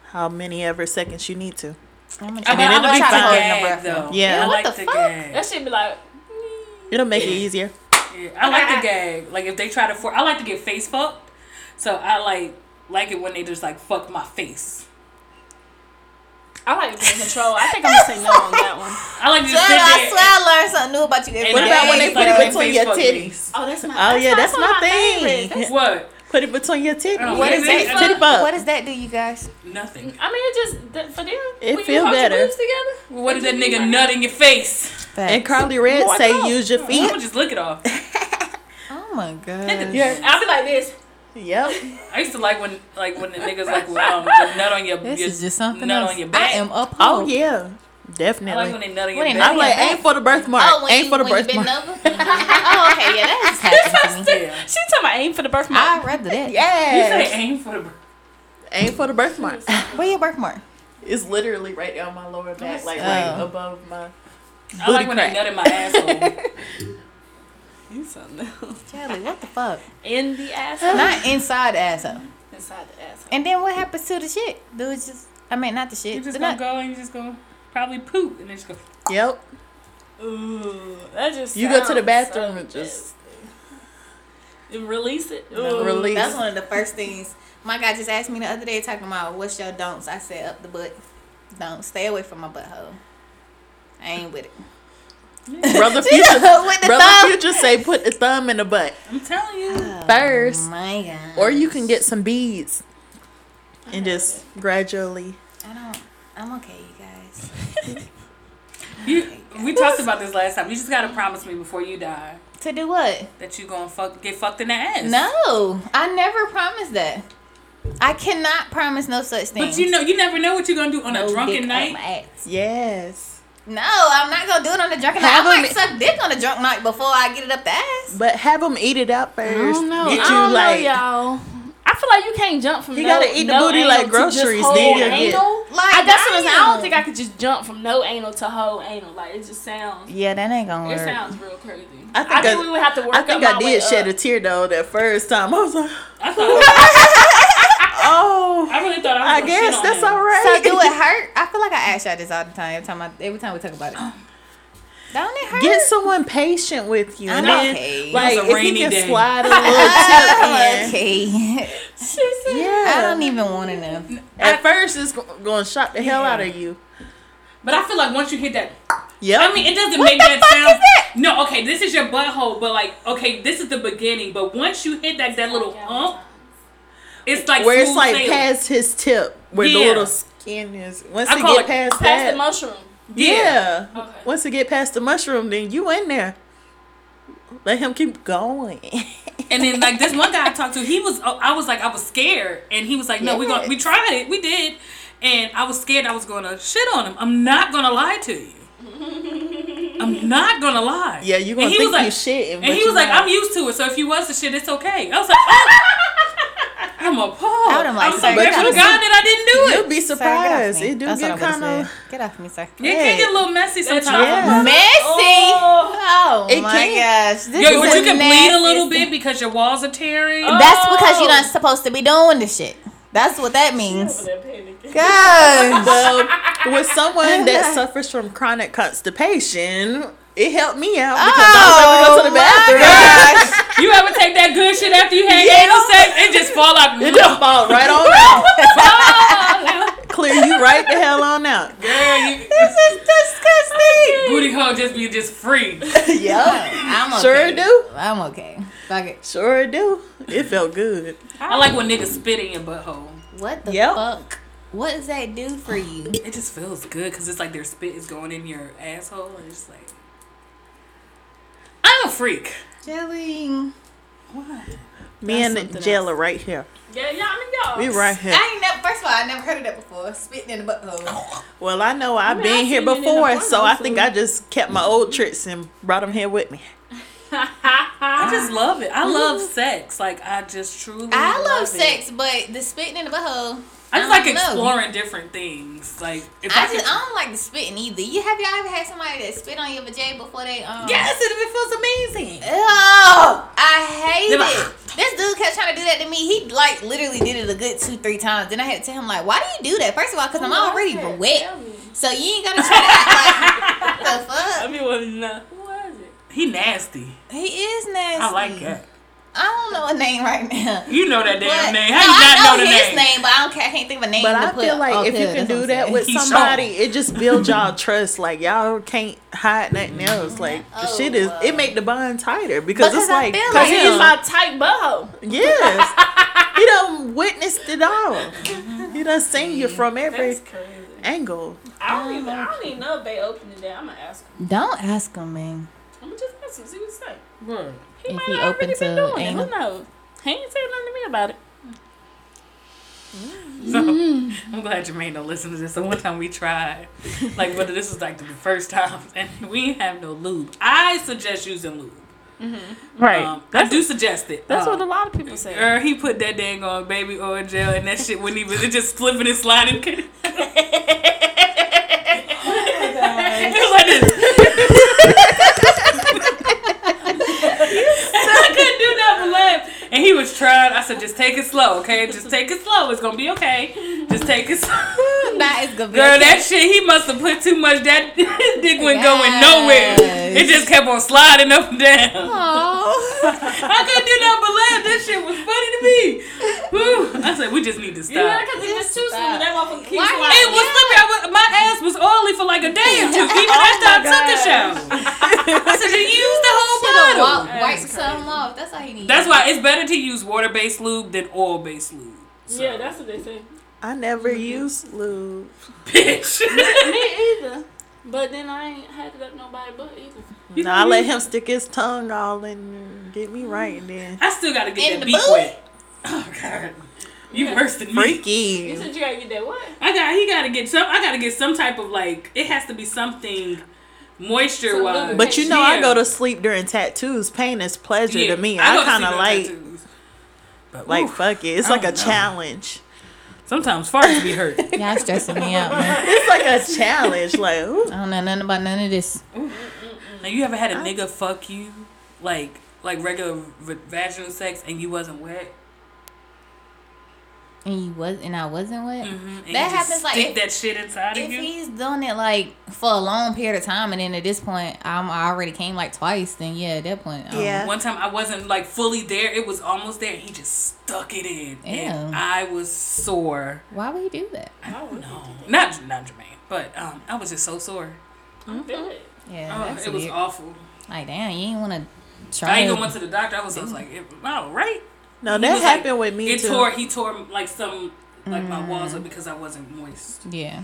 Speaker 4: how many ever seconds you need to.
Speaker 2: I'm gonna try,
Speaker 1: I mean,
Speaker 4: And then
Speaker 1: I
Speaker 2: I'm
Speaker 4: it'll
Speaker 2: gonna
Speaker 1: like
Speaker 4: be
Speaker 2: try
Speaker 1: to
Speaker 2: to
Speaker 4: fine.
Speaker 2: hold my
Speaker 1: gag
Speaker 2: breath.
Speaker 1: though.
Speaker 4: Yeah.
Speaker 1: I like
Speaker 2: What the
Speaker 1: to
Speaker 2: fuck?
Speaker 3: That
Speaker 1: gag.
Speaker 3: should be like mm,
Speaker 4: It'll make it easier.
Speaker 1: Yeah, I like to gag. Like if they try to for, I like to get face fucked. So I like like it when they just like fuck my face.
Speaker 3: I like being in control. I think I'm gonna say no on that one.
Speaker 1: I like to
Speaker 2: Dude,
Speaker 1: just sit
Speaker 2: I
Speaker 1: there.
Speaker 2: swear I learned something new about you every day.
Speaker 4: What about when they
Speaker 1: like,
Speaker 4: put it
Speaker 1: when
Speaker 4: between
Speaker 1: face
Speaker 4: your
Speaker 1: fuck me.
Speaker 4: titties?
Speaker 3: Oh, that's my.
Speaker 4: Oh yeah, that's
Speaker 3: one of
Speaker 4: my
Speaker 3: favorites.
Speaker 4: thing.
Speaker 1: What?
Speaker 4: Put it between your
Speaker 1: Oh,
Speaker 4: titties.
Speaker 1: What is
Speaker 4: Titty
Speaker 1: that?
Speaker 4: titty bump.
Speaker 2: What does that do, you guys?
Speaker 1: Nothing.
Speaker 3: I mean, it just that, for them.
Speaker 4: It
Speaker 3: when
Speaker 4: feel
Speaker 3: you hold your
Speaker 4: better.
Speaker 3: boobs together.
Speaker 1: What if
Speaker 3: it
Speaker 1: that
Speaker 3: just be
Speaker 1: nigga
Speaker 3: like-
Speaker 1: nut in your face?
Speaker 4: And Carly Red
Speaker 3: Walk
Speaker 4: say
Speaker 3: out.
Speaker 4: use your
Speaker 1: I'm
Speaker 4: feet.
Speaker 1: gonna just lick it off.
Speaker 2: Oh my god.
Speaker 1: Yeah.
Speaker 3: I'll be like this.
Speaker 4: Yep. Oh,
Speaker 1: I used to like when like when the niggas like would, um, would nut on your
Speaker 2: This
Speaker 1: your,
Speaker 2: is just something
Speaker 1: nut
Speaker 2: else.
Speaker 1: on your
Speaker 2: I
Speaker 1: back.
Speaker 2: am up.
Speaker 4: Oh
Speaker 2: hope.
Speaker 4: yeah,
Speaker 1: I like when
Speaker 4: definitely.
Speaker 1: they nut on
Speaker 2: When
Speaker 1: your
Speaker 2: they
Speaker 1: back.
Speaker 2: nut
Speaker 4: I'm like,
Speaker 2: Yeah.
Speaker 4: ain't for the birthmark.
Speaker 2: Oh, when
Speaker 4: ain't
Speaker 2: you,
Speaker 4: for the
Speaker 2: when you
Speaker 4: birthmark.
Speaker 2: been over? oh, okay, yeah, that's happened to me.
Speaker 1: yeah.
Speaker 3: She talking about aim for the birthmark.
Speaker 2: I read that.
Speaker 1: You say
Speaker 4: Yeah.
Speaker 1: aim for the.
Speaker 4: Ain't for the birthmark.
Speaker 2: Where your birthmark?
Speaker 4: It's literally right on my lower back, like
Speaker 2: right Oh.
Speaker 4: above my.
Speaker 1: I like when they
Speaker 4: crack.
Speaker 1: nut in my asshole.
Speaker 3: You something else.
Speaker 2: Jelly, what the fuck?
Speaker 3: In the asshole.
Speaker 2: Not inside the asshole.
Speaker 3: Inside the asshole.
Speaker 2: And then what happens to the shit? Dude, just I mean, not the shit.
Speaker 1: You just
Speaker 2: the
Speaker 1: gonna
Speaker 2: nut.
Speaker 1: go and you just gonna probably poop and then just go.
Speaker 4: Yep.
Speaker 3: Ooh, that just.
Speaker 4: You go to the
Speaker 3: sounds
Speaker 4: bathroom
Speaker 3: so
Speaker 4: and just-
Speaker 3: nasty. And release it. Ooh.
Speaker 4: Release.
Speaker 2: That's one of the first things my guy just asked me the other day, talking about what's your don'ts. I said up the butt. Don't stay away from my butthole. I ain't with it.
Speaker 4: Brother
Speaker 2: with
Speaker 4: Future.
Speaker 2: the
Speaker 4: Brother
Speaker 2: thumb.
Speaker 4: Future say put the thumb in the butt
Speaker 1: I'm telling you.
Speaker 3: Oh,
Speaker 4: first,
Speaker 2: My God.
Speaker 4: or you can get some beads and just gradually.
Speaker 2: I don't. I'm okay, you guys.
Speaker 1: You, we talked about this last time. You just gotta promise me before you die
Speaker 2: To do what?
Speaker 1: that you gonna fuck get fucked in the ass.
Speaker 2: No, I never promised that. I cannot promise no such thing.
Speaker 1: But you know, you never know what you're gonna do on
Speaker 2: No
Speaker 1: a
Speaker 2: dick
Speaker 1: drunken
Speaker 2: on
Speaker 1: night.
Speaker 2: my ass.
Speaker 4: Yes.
Speaker 2: No, I'm not gonna do it on a drunken night. I
Speaker 4: Have
Speaker 2: might
Speaker 4: a-
Speaker 2: suck dick on a drunk night before I get it up the ass.
Speaker 4: But have them eat it out first. Get you
Speaker 3: I don't
Speaker 4: like
Speaker 3: know, y'all. I feel like you can't jump from.
Speaker 4: You
Speaker 3: no,
Speaker 4: gotta eat the
Speaker 3: no
Speaker 4: booty
Speaker 3: anal
Speaker 4: like
Speaker 3: to just
Speaker 4: groceries,
Speaker 3: whole
Speaker 4: then you'll get-
Speaker 3: anal.
Speaker 2: Like,
Speaker 3: I, that's what I'm saying. I
Speaker 2: damn.
Speaker 3: don't think I could just jump from no anal to whole anal. Like it just sounds.
Speaker 2: Yeah, that ain't gonna
Speaker 3: It sounds real crazy.
Speaker 4: I
Speaker 3: I
Speaker 4: think
Speaker 3: think,
Speaker 4: I-
Speaker 3: we would have to work
Speaker 4: I think
Speaker 3: up
Speaker 4: I
Speaker 3: my way
Speaker 4: did shed a
Speaker 3: up.
Speaker 4: tear though that first time. I was like,
Speaker 1: I thought.
Speaker 4: oh,
Speaker 1: I really thought I
Speaker 4: I
Speaker 1: was. gonna shit
Speaker 4: guess
Speaker 1: on
Speaker 4: that's
Speaker 1: them.
Speaker 4: all right.
Speaker 2: So do it hurt? I feel like I ask y'all this all the time. Every time, I, every time we talk about it, don't it hurt?
Speaker 4: Get someone patient with you, and
Speaker 2: I'm
Speaker 4: then
Speaker 2: okay.
Speaker 4: like
Speaker 1: It was a
Speaker 4: if
Speaker 1: rainy
Speaker 4: you can
Speaker 1: day.
Speaker 4: slide a little
Speaker 2: Oh,
Speaker 4: tip in.
Speaker 2: okay.
Speaker 4: Yeah,
Speaker 2: I don't even want to know.
Speaker 4: At first, it's going to shock the hell out of you.
Speaker 1: But I feel like once you hit that,
Speaker 4: Yep.
Speaker 1: I mean, it doesn't
Speaker 2: What
Speaker 1: make
Speaker 2: the
Speaker 1: that
Speaker 2: fuck
Speaker 1: sound.
Speaker 2: is that?
Speaker 1: No, okay, this is your butthole, but like, okay, this is the beginning. But once you hit that that little hump, it's like
Speaker 4: where it's
Speaker 1: smooth
Speaker 4: like
Speaker 1: sailing.
Speaker 4: past his tip, where the
Speaker 1: Yeah.
Speaker 4: little skin is. Once
Speaker 1: I
Speaker 4: you
Speaker 1: call
Speaker 4: get
Speaker 1: it
Speaker 4: past
Speaker 3: Past
Speaker 4: that,
Speaker 3: the mushroom.
Speaker 4: yeah.
Speaker 3: Okay.
Speaker 4: Once you get past the mushroom, then you in there. Let him keep going.
Speaker 1: And then like this one guy I talked to, he was oh, I was like I was scared, and he was like, no, we going we tried it, we did, and I was scared I was gonna shit on him. I'm not gonna lie to you. I'm not gonna lie.
Speaker 4: Yeah, you gonna
Speaker 1: And he
Speaker 4: think
Speaker 1: was like-
Speaker 4: you shitting,
Speaker 1: And
Speaker 4: but
Speaker 1: he
Speaker 4: you
Speaker 1: was like,
Speaker 4: not.
Speaker 1: I'm used to it, so if you was to shit, it's okay. I was like, oh. I'm appalled.
Speaker 2: I would've, like,
Speaker 1: I'm so
Speaker 2: said,
Speaker 1: grateful to
Speaker 2: "Look
Speaker 1: God
Speaker 2: at
Speaker 1: that I didn't do
Speaker 4: You'll
Speaker 1: it.
Speaker 4: be
Speaker 2: Sir, get off
Speaker 4: surprised.
Speaker 2: me.
Speaker 4: it do
Speaker 2: That's
Speaker 4: get
Speaker 2: what I would've
Speaker 4: kind of.
Speaker 2: said. Get off me, sir.
Speaker 1: It can get a little messy sometimes.
Speaker 4: Yeah.
Speaker 2: Messy. Oh,
Speaker 3: Oh.
Speaker 4: It
Speaker 2: my
Speaker 4: can.
Speaker 2: gosh. This
Speaker 1: Yeah,
Speaker 2: is
Speaker 1: but
Speaker 2: a
Speaker 1: you can bleed a little
Speaker 2: nasty-
Speaker 1: bit because your walls are tearing.
Speaker 2: That's because you're not
Speaker 3: Oh.
Speaker 2: supposed to be doing this shit. That's what that means.
Speaker 3: That
Speaker 2: God.
Speaker 4: Well, with someone that suffers from chronic constipation, it helped me out because I
Speaker 3: Oh,
Speaker 4: was able to go to the
Speaker 2: Oh my
Speaker 4: bathroom.
Speaker 2: gosh.
Speaker 1: You ever take that good shit after you had
Speaker 4: Yeah.
Speaker 1: anal sex? It just fall out.
Speaker 4: It just fall right on out.
Speaker 1: Fall out.
Speaker 4: Clear you right the hell on out.
Speaker 1: Girl, you,
Speaker 2: this is disgusting.
Speaker 1: booty hole just be just free.
Speaker 4: Yep.
Speaker 2: I'm okay.
Speaker 4: Sure do.
Speaker 2: I'm okay. Fuck it.
Speaker 4: Sure do. It felt good.
Speaker 1: I like when niggas spit in your butthole.
Speaker 2: What the
Speaker 4: Yep.
Speaker 2: fuck? What does that do for you?
Speaker 1: It just feels good because it's like their spit is going in your asshole and it's like. I'm a freak.
Speaker 2: Jelly.
Speaker 1: What?
Speaker 4: Me
Speaker 1: That's
Speaker 4: and
Speaker 1: something
Speaker 4: Jella right here.
Speaker 3: yeah, y'all. I
Speaker 4: We
Speaker 3: mean, y'all.
Speaker 4: right here.
Speaker 2: I ain't never. First of all, I never heard of that before. Spitting in the butthole.
Speaker 4: Well, I know I've
Speaker 3: mean,
Speaker 4: been
Speaker 3: I've
Speaker 4: here
Speaker 3: seen it in the
Speaker 4: before,
Speaker 3: porno,
Speaker 4: so I
Speaker 3: so-
Speaker 4: think I just kept my old tricks and brought them here with me.
Speaker 1: I just love it. I love sex. Like I just truly.
Speaker 2: I love,
Speaker 1: it.
Speaker 2: sex, but the spitting in the butthole.
Speaker 1: I just
Speaker 2: I
Speaker 1: like
Speaker 2: don't know.
Speaker 1: exploring different things. Like if I,
Speaker 2: I
Speaker 1: could,
Speaker 2: just I don't like the spitting either. You have y'all ever had somebody that spit on your vajay before they um?
Speaker 1: yes, it, it feels amazing.
Speaker 2: Oh, I hate
Speaker 1: They like-
Speaker 2: it. This dude kept trying to do that to me. He like literally did it a good two, three times. Then I had to tell him like, why do you do that? First of all, because I'm already wet, so you ain't gonna try to act like the
Speaker 3: I
Speaker 2: fuck.
Speaker 3: mean, what is that? Who was it?
Speaker 1: He nasty.
Speaker 2: He is nasty.
Speaker 1: I like that.
Speaker 2: I don't know a name right now.
Speaker 1: You know that
Speaker 2: But-
Speaker 1: damn name.
Speaker 2: no,
Speaker 1: How you
Speaker 2: I
Speaker 1: not know, the
Speaker 2: his
Speaker 1: name?
Speaker 2: but I don't care. I can't think of a name.
Speaker 4: But
Speaker 2: to
Speaker 4: I
Speaker 2: put
Speaker 4: feel like
Speaker 2: up
Speaker 4: if you
Speaker 2: here.
Speaker 4: can
Speaker 2: That's what
Speaker 4: do
Speaker 2: I'm
Speaker 4: that
Speaker 2: saying.
Speaker 4: with
Speaker 1: He's
Speaker 4: somebody,
Speaker 1: strong.
Speaker 4: it just builds y'all trust. Like y'all can't hide nothing else. Like the
Speaker 2: Oh,
Speaker 4: shit is,
Speaker 2: wow.
Speaker 4: it make the bond tighter because,
Speaker 2: Because
Speaker 4: it's
Speaker 2: I
Speaker 4: like,
Speaker 2: feel
Speaker 4: cause
Speaker 2: like-
Speaker 4: he
Speaker 3: It's
Speaker 4: is my
Speaker 3: my tight butthole.
Speaker 4: yes, he done witnessed it all. He
Speaker 2: Mm-hmm.
Speaker 4: done seen you from every
Speaker 3: That's crazy.
Speaker 4: angle.
Speaker 3: I don't even. I don't even know if they opened it down. I'm gonna ask him.
Speaker 2: Don't ask him, man.
Speaker 3: I'm gonna just ask him. See what he say.
Speaker 1: Word.
Speaker 3: He
Speaker 2: If
Speaker 3: might
Speaker 2: he
Speaker 3: he
Speaker 2: open
Speaker 3: already
Speaker 2: to
Speaker 3: been doing it.
Speaker 2: anal.
Speaker 3: Who knows? He ain't said nothing to me about it.
Speaker 1: So I'm glad Jermaine don't listen to this. So one time we tried, like, but this was like the first time, and we didn't have no lube. I suggest using lube.
Speaker 3: Right.
Speaker 1: Um, I do suggest it.
Speaker 3: That's
Speaker 1: um,
Speaker 3: what a lot of people say.
Speaker 1: Or he put that dang on baby oil gel, and that shit wouldn't even. It just slipping and sliding. it was like this. And I couldn't do nothing left. And he was trying. I said, just take it slow, okay? Just take it slow. It's gonna be okay. Just take it slow.
Speaker 2: Nah, it's gonna be
Speaker 1: Girl,
Speaker 2: okay.
Speaker 1: that shit, he must have put too much. That dick went going
Speaker 2: Yes.
Speaker 1: nowhere. It just kept on sliding up and down.
Speaker 2: Aw.
Speaker 1: I couldn't do nothing but laugh. That shit was funny to me. Whew. I said, we just need to stop.
Speaker 3: Yeah, because if it's too soon,
Speaker 2: Stop.
Speaker 3: that motherfucker keeps
Speaker 2: Why
Speaker 3: lying.
Speaker 1: It was slipping. I was- my ass was oily for like a day or two, even
Speaker 2: Oh
Speaker 1: after I took the shower. I said, you use the whole
Speaker 2: Should've
Speaker 1: bottle.
Speaker 2: wa- wiped something off. That's all he needs.
Speaker 1: That's why it's better to use water-based lube than oil-based lube.
Speaker 3: Yeah, that's what they say.
Speaker 4: I never
Speaker 2: Mm-hmm.
Speaker 4: used lube.
Speaker 1: Bitch.
Speaker 3: Me either. But then I ain't had it up nobody but either.
Speaker 4: No, I let him stick his tongue all in, get me right then.
Speaker 1: I still gotta get
Speaker 2: In
Speaker 1: that
Speaker 2: the
Speaker 1: beak
Speaker 2: boot?
Speaker 1: wet. Oh god, you worse than me.
Speaker 3: You
Speaker 4: Freaky.
Speaker 3: said you gotta get that what?
Speaker 1: I got he gotta get some. I gotta get some type of like. It has to be something moisture wise.
Speaker 4: But you know, I
Speaker 1: Yeah.
Speaker 4: go to sleep during tattoos. Pain is pleasure
Speaker 1: Yeah,
Speaker 4: to me. I,
Speaker 1: go to
Speaker 4: kind
Speaker 1: see
Speaker 4: of
Speaker 1: no
Speaker 4: like,
Speaker 1: tattoos. But
Speaker 4: like,
Speaker 1: oof,
Speaker 4: fuck it. It's
Speaker 1: I
Speaker 4: like a
Speaker 1: don't know.
Speaker 4: challenge.
Speaker 1: sometimes farts be hurt.
Speaker 2: Y'all stressing me out, man.
Speaker 4: It's like a challenge. Like, ooh.
Speaker 2: I don't know nothing about none of this.
Speaker 1: now you ever had a nigga fuck you like like regular v- vaginal sex and you wasn't wet?
Speaker 2: And you was and I wasn't with.
Speaker 1: Mm-hmm, and you
Speaker 2: That
Speaker 1: just
Speaker 2: happens, like,
Speaker 1: stick
Speaker 2: if-
Speaker 1: that shit inside
Speaker 2: If
Speaker 1: of you.
Speaker 2: he's doing it like for a long period of time, and then at this point, I'm I already came like twice. Then yeah, at that point, um,
Speaker 4: Yeah.
Speaker 1: One time I wasn't like fully there; it was almost there, and he just stuck it in, and
Speaker 2: Ew.
Speaker 1: I was sore.
Speaker 2: Why would he do that?
Speaker 4: Oh,
Speaker 1: No, not not Jermaine, but um, I was just so sore.
Speaker 3: I feel it.
Speaker 2: Yeah,
Speaker 1: Oh,
Speaker 2: that's
Speaker 1: it was
Speaker 2: weird.
Speaker 1: awful.
Speaker 2: Like damn, you ain't want to try.
Speaker 1: I even
Speaker 2: it.
Speaker 1: went to the doctor. I was just like, it, "Wow, right?"
Speaker 4: No,
Speaker 1: He
Speaker 4: that
Speaker 1: was like-
Speaker 4: happened with me
Speaker 1: It
Speaker 4: too.
Speaker 1: tore. He tore like some like my walls up because I wasn't moist.
Speaker 2: yeah,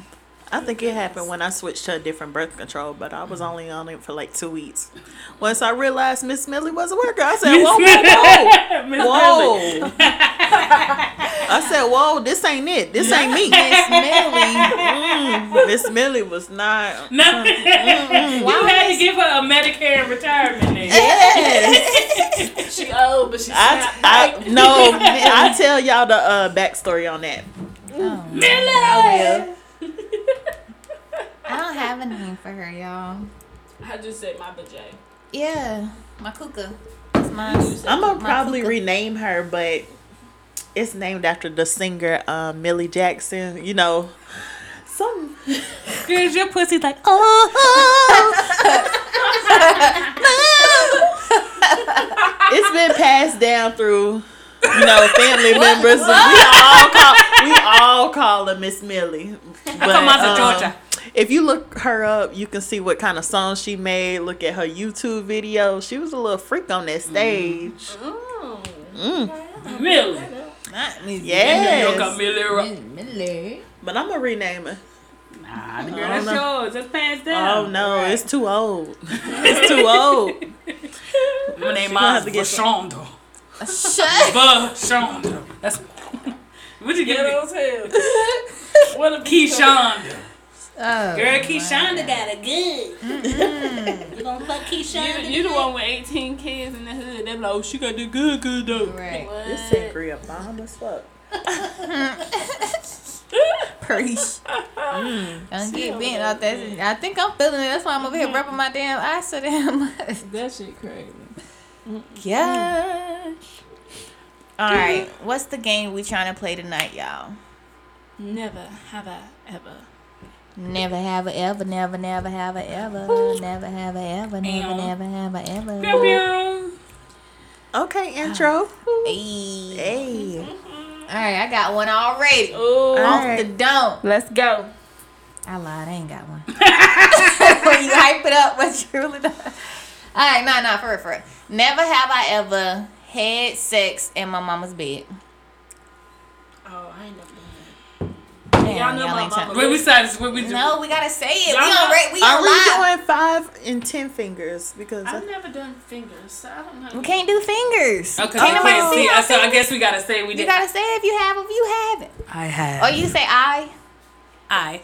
Speaker 4: I think it happened when I switched to a different birth control, but I was only on it for like two weeks. Once I realized Miss Millie was a worker, I said, "Whoa, whoa,
Speaker 1: Miss Millie.
Speaker 4: whoa, whoa!" I said, "Whoa, this ain't it. This ain't me."
Speaker 2: Miss Millie.
Speaker 4: Mm, Miss Millie was not.
Speaker 1: No. you had to give her a Medicare retirement. Name.
Speaker 3: She old, but she
Speaker 4: I,
Speaker 3: snapped back.
Speaker 4: I no. I tell y'all the uh, backstory on that.
Speaker 2: Oh,
Speaker 4: I will.
Speaker 2: I don't have a name for her, y'all.
Speaker 3: I just said my vajay.
Speaker 2: Yeah, my kuka. That's mine.
Speaker 4: I'm gonna
Speaker 2: My
Speaker 4: probably
Speaker 2: kuka.
Speaker 4: rename her, but it's named after the singer uh, Millie Jackson. You know, some
Speaker 1: Cause your pussy's like, oh,
Speaker 4: it's been passed down through you know family members. and We all call we all call her Miss Millie. But,
Speaker 1: come out
Speaker 4: um,
Speaker 1: to Georgia.
Speaker 4: If you look her up, you can see what kind of songs she made. Look at her YouTube video. She was a little freak on that stage.
Speaker 3: Mm.
Speaker 1: Millie.
Speaker 2: Not Miss
Speaker 1: Yes.
Speaker 4: uh, Yes.
Speaker 1: Millie. Ro-
Speaker 2: Miss Millie.
Speaker 4: But I'm gonna rename her.
Speaker 1: Nah, the girl,
Speaker 4: I
Speaker 1: that's
Speaker 4: don't know.
Speaker 1: yours. That's passed down.
Speaker 4: Oh no, it's too old. It's too old.
Speaker 1: I'm gonna name
Speaker 4: gonna
Speaker 1: mine
Speaker 4: have to get
Speaker 1: Vashonda.
Speaker 2: Shut.
Speaker 1: Vashonda. That's. What'd you get?
Speaker 3: Ghetto
Speaker 1: me?
Speaker 3: as hell. What a
Speaker 1: Keyshonda.
Speaker 2: Oh,
Speaker 5: Girl, Keyshawn got it good. you gonna fuck Keyshawn?
Speaker 3: You, you the one with 18 kids in the hood. They're like, oh, she got the good, good though.
Speaker 2: Right.
Speaker 3: What?
Speaker 4: This angry up bomb as fuck.
Speaker 2: Preach. Don't get bent out that. I think I'm feeling it. That's why I'm over here rubbing my damn eyes so damn much.
Speaker 3: That shit crazy.
Speaker 2: Yeah. All right. What's the game we trying to play tonight, y'all?
Speaker 3: Never have I ever.
Speaker 2: Never have a ever, never, never have a ever, never have a ever, never,
Speaker 1: Ow.
Speaker 2: never have a
Speaker 1: Pew,
Speaker 2: ever.
Speaker 1: pew.
Speaker 4: Okay, intro.
Speaker 2: Hey.
Speaker 4: Hey.
Speaker 2: All right, I got one already.
Speaker 3: Oh,
Speaker 2: Off
Speaker 4: right.
Speaker 2: the dome.
Speaker 3: let's go.
Speaker 2: I lied. I ain't got one. when you hype it up, but you really don't. All right, nah, nah, for real, for real. Never have I ever had sex in my mama's bed.
Speaker 3: Oh, I ain't never done
Speaker 2: Damn,
Speaker 3: Y'all know my
Speaker 2: ain't trying-
Speaker 3: mama.
Speaker 1: Wait, we started. What we do?
Speaker 2: No, we gotta say it.
Speaker 3: Y'all
Speaker 2: we
Speaker 3: know-
Speaker 2: on re- we
Speaker 4: Are
Speaker 2: on
Speaker 4: we
Speaker 2: live.
Speaker 4: doing five and ten fingers? Because
Speaker 3: that. I've
Speaker 4: I,
Speaker 3: never done fingers, so I don't know.
Speaker 2: We can't do fingers.
Speaker 1: Okay,
Speaker 2: Can't
Speaker 1: I
Speaker 2: nobody
Speaker 1: can't
Speaker 2: see
Speaker 1: see.
Speaker 2: our
Speaker 1: I- So I guess we gotta say we
Speaker 2: You
Speaker 1: did.
Speaker 2: gotta say if you have, if you haven't.
Speaker 1: I have.
Speaker 2: Or you say I.
Speaker 1: I.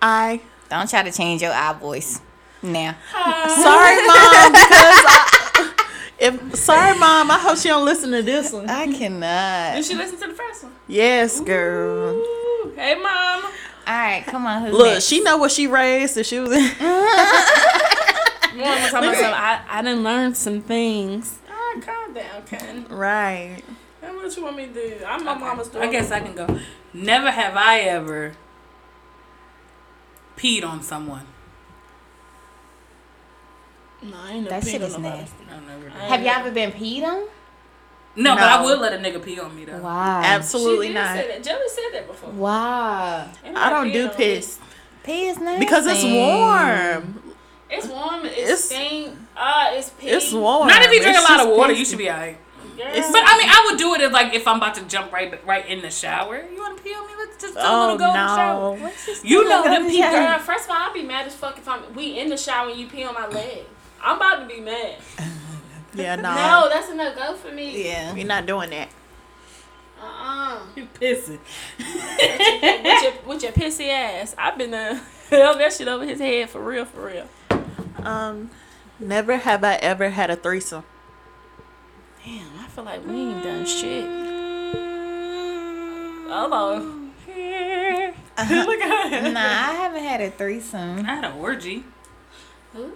Speaker 4: I
Speaker 2: Don't try to change your I voice. Now.
Speaker 4: sorry, mom. Because I, if sorry, mom. I hope she don't listen to this one.
Speaker 2: I cannot.
Speaker 3: Did she listen to the first one?
Speaker 4: Yes, girl.
Speaker 3: Ooh, hey, mom.
Speaker 2: All right, come on. Who's
Speaker 4: Look,
Speaker 2: next?
Speaker 4: she know what she raised, and she was. In.
Speaker 3: One was talking about something. I, I done learned some things. Ah, calm down, Ken.
Speaker 4: right.
Speaker 3: And what you want me to do? I'm my mama's daughter.
Speaker 1: I guess I can go. Never have I ever peed on someone.
Speaker 3: No, I ain't never
Speaker 2: That
Speaker 3: peed
Speaker 2: shit
Speaker 3: on
Speaker 2: is
Speaker 3: nobody.
Speaker 2: nasty.
Speaker 1: I never did.
Speaker 2: Have y'all ever been peed on?
Speaker 1: No, but I
Speaker 4: No.
Speaker 1: would let a nigga pee on me though.
Speaker 2: Wow.
Speaker 4: Absolutely
Speaker 3: she did
Speaker 4: not.
Speaker 3: Say that. Jelly said that before.
Speaker 2: Wow.
Speaker 3: Ain't
Speaker 4: I
Speaker 3: nobody
Speaker 4: don't do
Speaker 3: peed on me.
Speaker 4: piss
Speaker 2: Pee is nasty.
Speaker 4: because it's warm.
Speaker 3: It's warm. It's,
Speaker 4: It's-
Speaker 3: stink. Ah, it's pee.
Speaker 4: It's warm.
Speaker 1: Not if you drink a
Speaker 4: It's
Speaker 1: lot
Speaker 4: just
Speaker 1: of water,
Speaker 4: pissy.
Speaker 1: you should be alright.
Speaker 3: Girl.
Speaker 4: it's-
Speaker 1: But I mean, I would do it if like if I'm about to jump right right in the shower. You want to pee on me? Let's just do a
Speaker 4: Oh
Speaker 1: little go in the shower.
Speaker 4: no.
Speaker 2: What's this
Speaker 1: You know
Speaker 2: thing
Speaker 1: them
Speaker 2: on
Speaker 1: people-
Speaker 2: here?
Speaker 3: Girl, first of all, I'd be mad as fuck if I'm we in the shower and you pee on my leg. I'm about to be mad.
Speaker 4: Yeah, no.
Speaker 3: No, that's a no go for me.
Speaker 2: Yeah.
Speaker 4: You're not doing that.
Speaker 3: Uh uh
Speaker 1: You pissing.
Speaker 3: with, your, with your pissy ass. I've been uh, held that shit over his head for real, for real.
Speaker 4: Um, never have I ever had a threesome.
Speaker 3: Damn, I feel like we ain't done shit. Hello.
Speaker 2: Uh-huh.
Speaker 1: Look at her.
Speaker 2: Nah, I haven't had a threesome.
Speaker 1: I had an orgy.
Speaker 3: Ooh,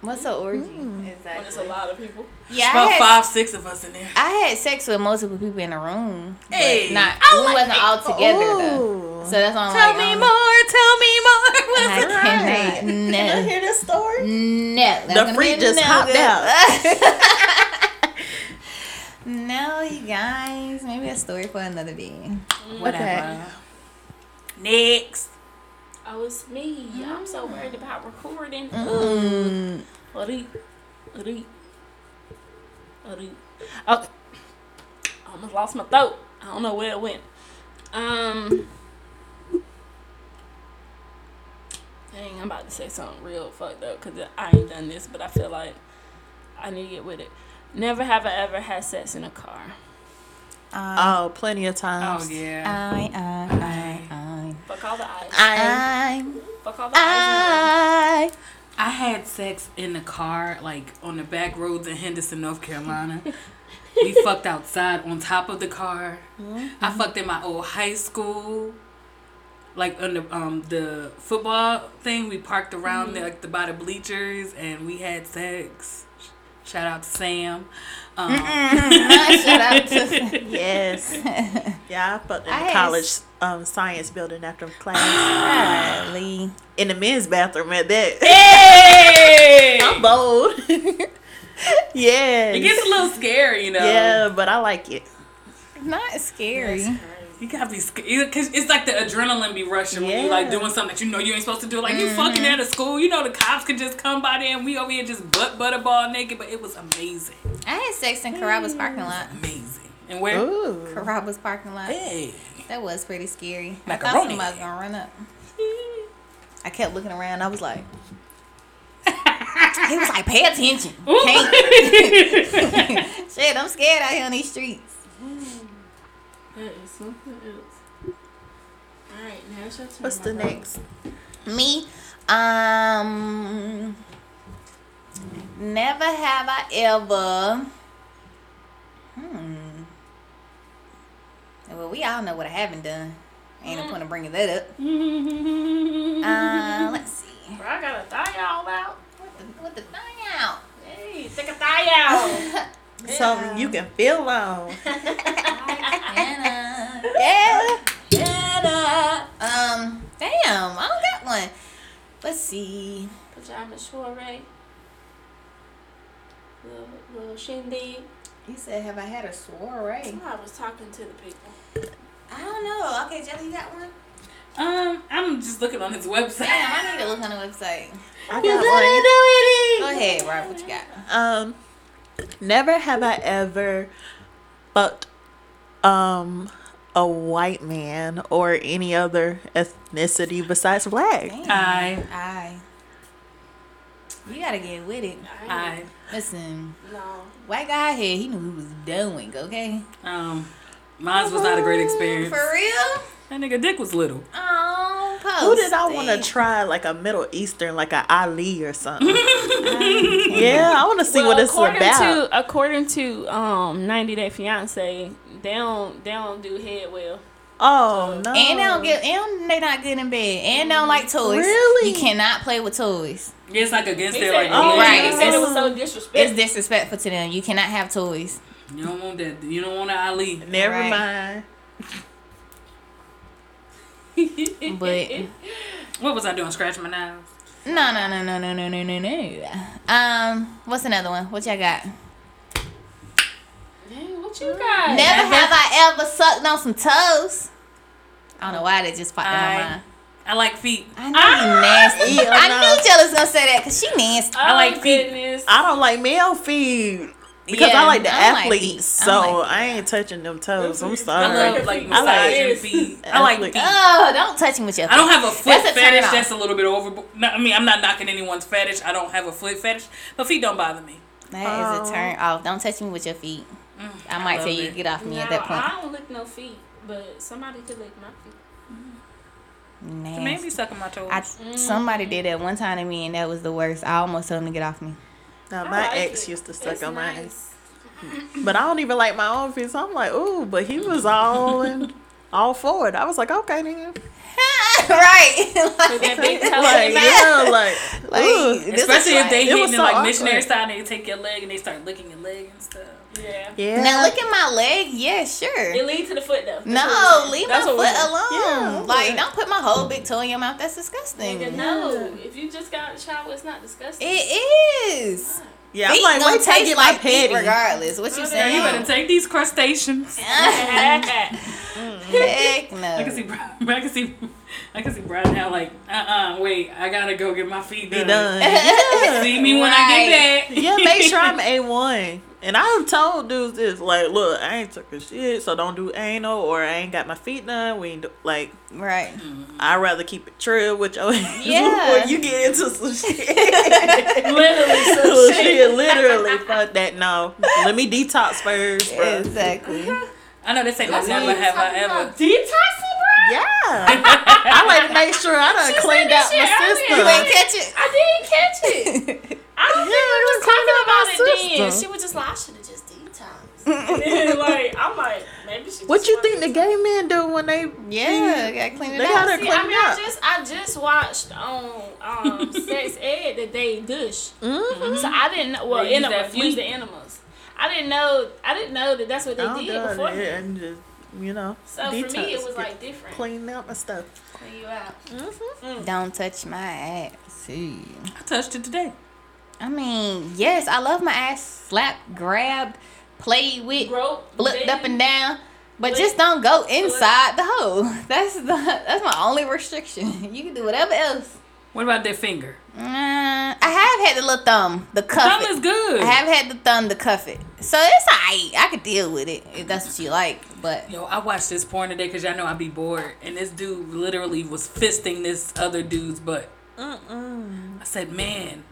Speaker 2: What's an orgy?
Speaker 3: when it's a lot of people.
Speaker 2: Mm. Yeah, I
Speaker 1: About
Speaker 2: had,
Speaker 1: five, six of us in there.
Speaker 2: I had sex with multiple people in a room. but
Speaker 1: Hey,
Speaker 2: not
Speaker 1: I
Speaker 2: we
Speaker 1: like
Speaker 2: wasn't all together though.
Speaker 4: Ooh.
Speaker 2: So that's why I'm
Speaker 1: Tell
Speaker 2: like,
Speaker 1: me
Speaker 2: um,
Speaker 1: more. Tell me more. What is it?
Speaker 2: I cannot.
Speaker 4: Did I
Speaker 2: No.
Speaker 4: hear this story?
Speaker 2: No, that's
Speaker 4: The
Speaker 2: gonna
Speaker 4: freak
Speaker 2: be
Speaker 4: just
Speaker 2: no
Speaker 4: hopped
Speaker 2: good.
Speaker 4: out.
Speaker 2: No, you guys. Maybe a story for another day.
Speaker 1: Whatever. Next.
Speaker 3: Oh, it's me. I'm
Speaker 4: Ah.
Speaker 3: so worried about recording.
Speaker 2: Mm.
Speaker 3: Ori. Ori. Ori. Okay. Oh, I almost lost my throat. I don't know where it went. Um. Dang, I'm about to say something real fucked up because I ain't done this, but I feel like I need to get with it. Never have I ever had sex in a car.
Speaker 2: I,
Speaker 4: Oh, plenty of times.
Speaker 1: Oh yeah.
Speaker 2: I, I,
Speaker 3: Fuck all the eyes.
Speaker 2: I,
Speaker 4: I
Speaker 3: Fuck all the
Speaker 4: Ah.
Speaker 3: eyes.
Speaker 2: I,
Speaker 1: I had sex in the car, like on the back roads in Henderson, North Carolina. we fucked outside on top of the car. I fucked in my old high school. Like on the um the football thing, we parked around the, like the by the bleachers and we had sex. Shout out to Sam. Um,
Speaker 2: I. Shut up. Just,
Speaker 4: yes. Yeah, I fucked in
Speaker 2: I
Speaker 4: the
Speaker 2: had
Speaker 4: college
Speaker 2: s-
Speaker 4: um, science building after class
Speaker 2: Golly.
Speaker 4: in the men's bathroom at that.
Speaker 1: hey,
Speaker 4: I'm bold.
Speaker 1: it
Speaker 4: yes.
Speaker 1: gets a little scary, you know.
Speaker 4: Yeah, but I like it.
Speaker 2: Not scary.
Speaker 1: You gotta be scared because it's like the adrenaline be rushing when you like
Speaker 4: Yeah.
Speaker 1: doing something that you know you ain't supposed to do. Like you fucking out of school, you know the cops could just come by there and we over here just butt butterball naked. But it was amazing,
Speaker 2: I had sex in Caraba's parking lot.
Speaker 1: amazing. And where?
Speaker 4: Ooh.
Speaker 2: Caraba's parking lot.
Speaker 1: Hey,
Speaker 2: That was pretty scary. I thought
Speaker 1: Macaroni.
Speaker 2: somebody was gonna run up. I kept looking around. I was like, he was like, pay attention. Can't- Shit, I'm scared out here on these streets.
Speaker 3: That is something else. I All right, now it's your turn.
Speaker 4: What's
Speaker 3: my
Speaker 4: the
Speaker 3: girl.
Speaker 4: next?
Speaker 2: Me, um, never have I ever. Hmm. Well, we all know what I haven't done. Ain't
Speaker 3: Mm-hmm.
Speaker 2: no point in bringing that up. uh, let's see.
Speaker 3: Bro, I got a thigh all out.
Speaker 2: What the, what the thing out?
Speaker 3: Hey, take a thigh out.
Speaker 4: Something you can feel on.
Speaker 2: Anna. Yeah. Anna. Um, damn, I don't got one. Let's see.
Speaker 3: Pajama soiree. Little, little shindig.
Speaker 2: You said, have I had a soiree?
Speaker 3: I was talking to the people.
Speaker 2: I don't know. Okay, Jelly, you got one?
Speaker 1: Um, I'm just looking on his website.
Speaker 2: Damn, I need to look on the website.
Speaker 4: I got
Speaker 2: Go ahead, Rob. What you got?
Speaker 4: one. Um, never have I ever fucked um a white man or any other ethnicity besides black.
Speaker 1: I,
Speaker 2: I. You gotta get with it.
Speaker 1: I,
Speaker 2: Listen,
Speaker 3: No.
Speaker 2: white guy here, he knew what he was doing. Okay.
Speaker 1: um, mine was not a great experience.
Speaker 2: For real?
Speaker 1: That nigga dick was little.
Speaker 2: Oh, post.
Speaker 4: Who did I want to
Speaker 2: it.
Speaker 4: try like a Middle Eastern, like a Ali or something? yeah, I want to see what it's
Speaker 3: according
Speaker 4: about.
Speaker 3: to according to um 90 Day Fiance, they don't they don't do head well.
Speaker 4: oh no!
Speaker 2: And they don't get. And they not good in bed. And they don't like toys.
Speaker 4: Really?
Speaker 2: You cannot play with toys.
Speaker 1: Yeah, It's like against
Speaker 3: He
Speaker 1: their like.
Speaker 3: said, oh,
Speaker 1: yeah,
Speaker 2: right.
Speaker 3: he said it was so disrespectful.
Speaker 2: It's disrespectful to them. You cannot have toys.
Speaker 1: You don't want that. You don't want an Ali.
Speaker 4: Never
Speaker 2: Right.
Speaker 4: mind.
Speaker 2: But
Speaker 1: What was I doing? Scratching my nails.
Speaker 2: no, no, no, no, no, no, no, no, no. Um, what's another one? What y'all got?
Speaker 3: Dang, what you got?
Speaker 2: Never have I ever sucked on some toes. I don't know why that just popped in my
Speaker 1: I-
Speaker 2: mind.
Speaker 1: I like feet.
Speaker 2: I know you nasty.
Speaker 4: Ew,
Speaker 2: I
Speaker 4: no.
Speaker 2: knew Jella's gonna say that because she nasty.
Speaker 3: oh,
Speaker 1: I like feet.
Speaker 3: goodness.
Speaker 4: I don't like male feed because
Speaker 2: Yeah,
Speaker 4: I like the
Speaker 2: I don't like
Speaker 4: athletes.
Speaker 2: feet. I
Speaker 4: so
Speaker 2: don't like
Speaker 4: I ain't touching them toes. I'm sorry.
Speaker 1: I love like
Speaker 3: I like
Speaker 1: massaging
Speaker 3: this.
Speaker 1: feet. I like
Speaker 4: Athlete.
Speaker 1: feet.
Speaker 2: Oh, don't touch me with your.
Speaker 1: I don't have a foot
Speaker 2: That's a turn
Speaker 1: fetish.
Speaker 2: off.
Speaker 1: That's a little bit over. No, I mean, I'm not knocking anyone's fetish. I don't have a foot fetish, but feet don't bother me.
Speaker 2: That is a turn off. Don't touch me with your feet. I might
Speaker 1: love
Speaker 2: tell you
Speaker 1: it.
Speaker 2: to get off me
Speaker 3: Now,
Speaker 2: at that point.
Speaker 3: I don't lick no feet, but somebody could lick my feet.
Speaker 1: So
Speaker 2: Nasty.
Speaker 1: Maybe sucking my toes.
Speaker 2: I, somebody did that one time to me, and that was the worst. I almost told him to get off me.
Speaker 4: Now,
Speaker 3: I
Speaker 4: my
Speaker 3: like
Speaker 4: ex
Speaker 3: it.
Speaker 4: used to
Speaker 3: It's
Speaker 4: suck on my ass,
Speaker 3: nice.
Speaker 4: but I don't even like my own feet. So I'm like, ooh, but he was all in, all for it. I was like, okay, nigga.
Speaker 2: right.
Speaker 3: With
Speaker 2: like,
Speaker 3: that big toe.
Speaker 4: Like, yeah, like,
Speaker 2: Like,
Speaker 4: ooh.
Speaker 2: this is
Speaker 1: Especially if
Speaker 2: like-
Speaker 1: they
Speaker 4: it
Speaker 1: hitting
Speaker 4: was
Speaker 1: it
Speaker 4: so
Speaker 1: like
Speaker 4: awkward.
Speaker 1: missionary style, they take your leg and they start licking your leg and stuff.
Speaker 3: yeah.
Speaker 4: yeah.
Speaker 2: Now look at my leg. Yeah, sure.
Speaker 3: It lead to the foot though. That's what
Speaker 2: No,
Speaker 3: we-
Speaker 2: leave
Speaker 3: that's
Speaker 2: my
Speaker 3: what we-
Speaker 2: foot
Speaker 4: Yeah,
Speaker 2: alone.
Speaker 4: I'm
Speaker 2: like,
Speaker 4: good.
Speaker 2: don't put my whole big toe in your mouth. That's disgusting.
Speaker 3: Nigga, no. If you just got a child, it's not disgusting.
Speaker 2: It is.
Speaker 4: yeah. I'm
Speaker 2: Feet
Speaker 4: like,
Speaker 2: gonna
Speaker 4: wait, take
Speaker 2: taste
Speaker 4: it my
Speaker 2: like feet
Speaker 4: petty.
Speaker 2: regardless. What you
Speaker 3: Girl,
Speaker 1: Girl,
Speaker 2: saying?
Speaker 1: you better take these crustaceans.
Speaker 2: Heck no.
Speaker 1: I can see, Brian- I can see, I can see Brian now. Like, uh, uh wait, I gotta go get my feet
Speaker 4: Be
Speaker 1: done.
Speaker 4: done. Yeah.
Speaker 1: See me when I get back.
Speaker 4: Yeah, make sure I'm A one. And I've told dudes this, like, look, I ain't took a shit, so don't do anal, or I ain't got my feet done. We ain't do, like,
Speaker 2: Right.
Speaker 4: I'd rather keep it trill with your ass
Speaker 2: Yeah.
Speaker 4: before you get into some shit.
Speaker 3: Literally,
Speaker 4: Some shit, literally, fuck that. No, let me detox first, bro.
Speaker 2: Exactly.
Speaker 1: I know this ain't my never have I ever.
Speaker 4: Yeah, I like to make sure I done cleaned out my
Speaker 3: shit
Speaker 4: system.
Speaker 2: You ain't catch it.
Speaker 3: I didn't catch it. I don't think we was talking about
Speaker 4: my
Speaker 3: it then.
Speaker 4: system.
Speaker 3: She was just like, I should have just detoxed. And then, like, I'm like, maybe she.
Speaker 4: What
Speaker 3: just
Speaker 4: you
Speaker 3: wanted
Speaker 4: think the
Speaker 3: to-
Speaker 4: gay men do when they
Speaker 2: Yeah, gotta clean it
Speaker 4: They
Speaker 2: out.
Speaker 4: gotta-
Speaker 3: See, I mean, I
Speaker 4: Clean up.
Speaker 3: just, I just watched on um, Sex Ed that they dush.
Speaker 4: mm-hmm.
Speaker 3: So I didn't know. Well,
Speaker 1: They use
Speaker 3: animals
Speaker 1: that
Speaker 3: use
Speaker 1: fleet.
Speaker 3: the animals. I didn't know. I didn't know that that's what they
Speaker 4: I'm
Speaker 3: did
Speaker 4: done
Speaker 3: before.
Speaker 4: it and just you know
Speaker 3: So for me, it was like Mm-hmm. different.
Speaker 4: clean out my stuff.
Speaker 3: Clean you out.
Speaker 2: Don't touch my ass. See.
Speaker 1: I touched it today.
Speaker 2: I mean, yes, I love my ass slapped, grabbed, played with,
Speaker 3: Grope,
Speaker 2: looked up
Speaker 3: bend.
Speaker 2: and down. But
Speaker 3: Lick.
Speaker 2: just don't go inside the hole. That's the that's my only restriction. You can do whatever else.
Speaker 1: What about their finger?
Speaker 2: Mm, I have had the little thumb, the cuff
Speaker 1: Thumb
Speaker 2: it.
Speaker 1: is good.
Speaker 2: I have had the thumb to cuff it, so it's alright. I could deal with it if that's what you like. But
Speaker 1: Yo, I watched this porn today because y'all know I be bored, and this dude literally was fisting this other dude's butt. I said, man,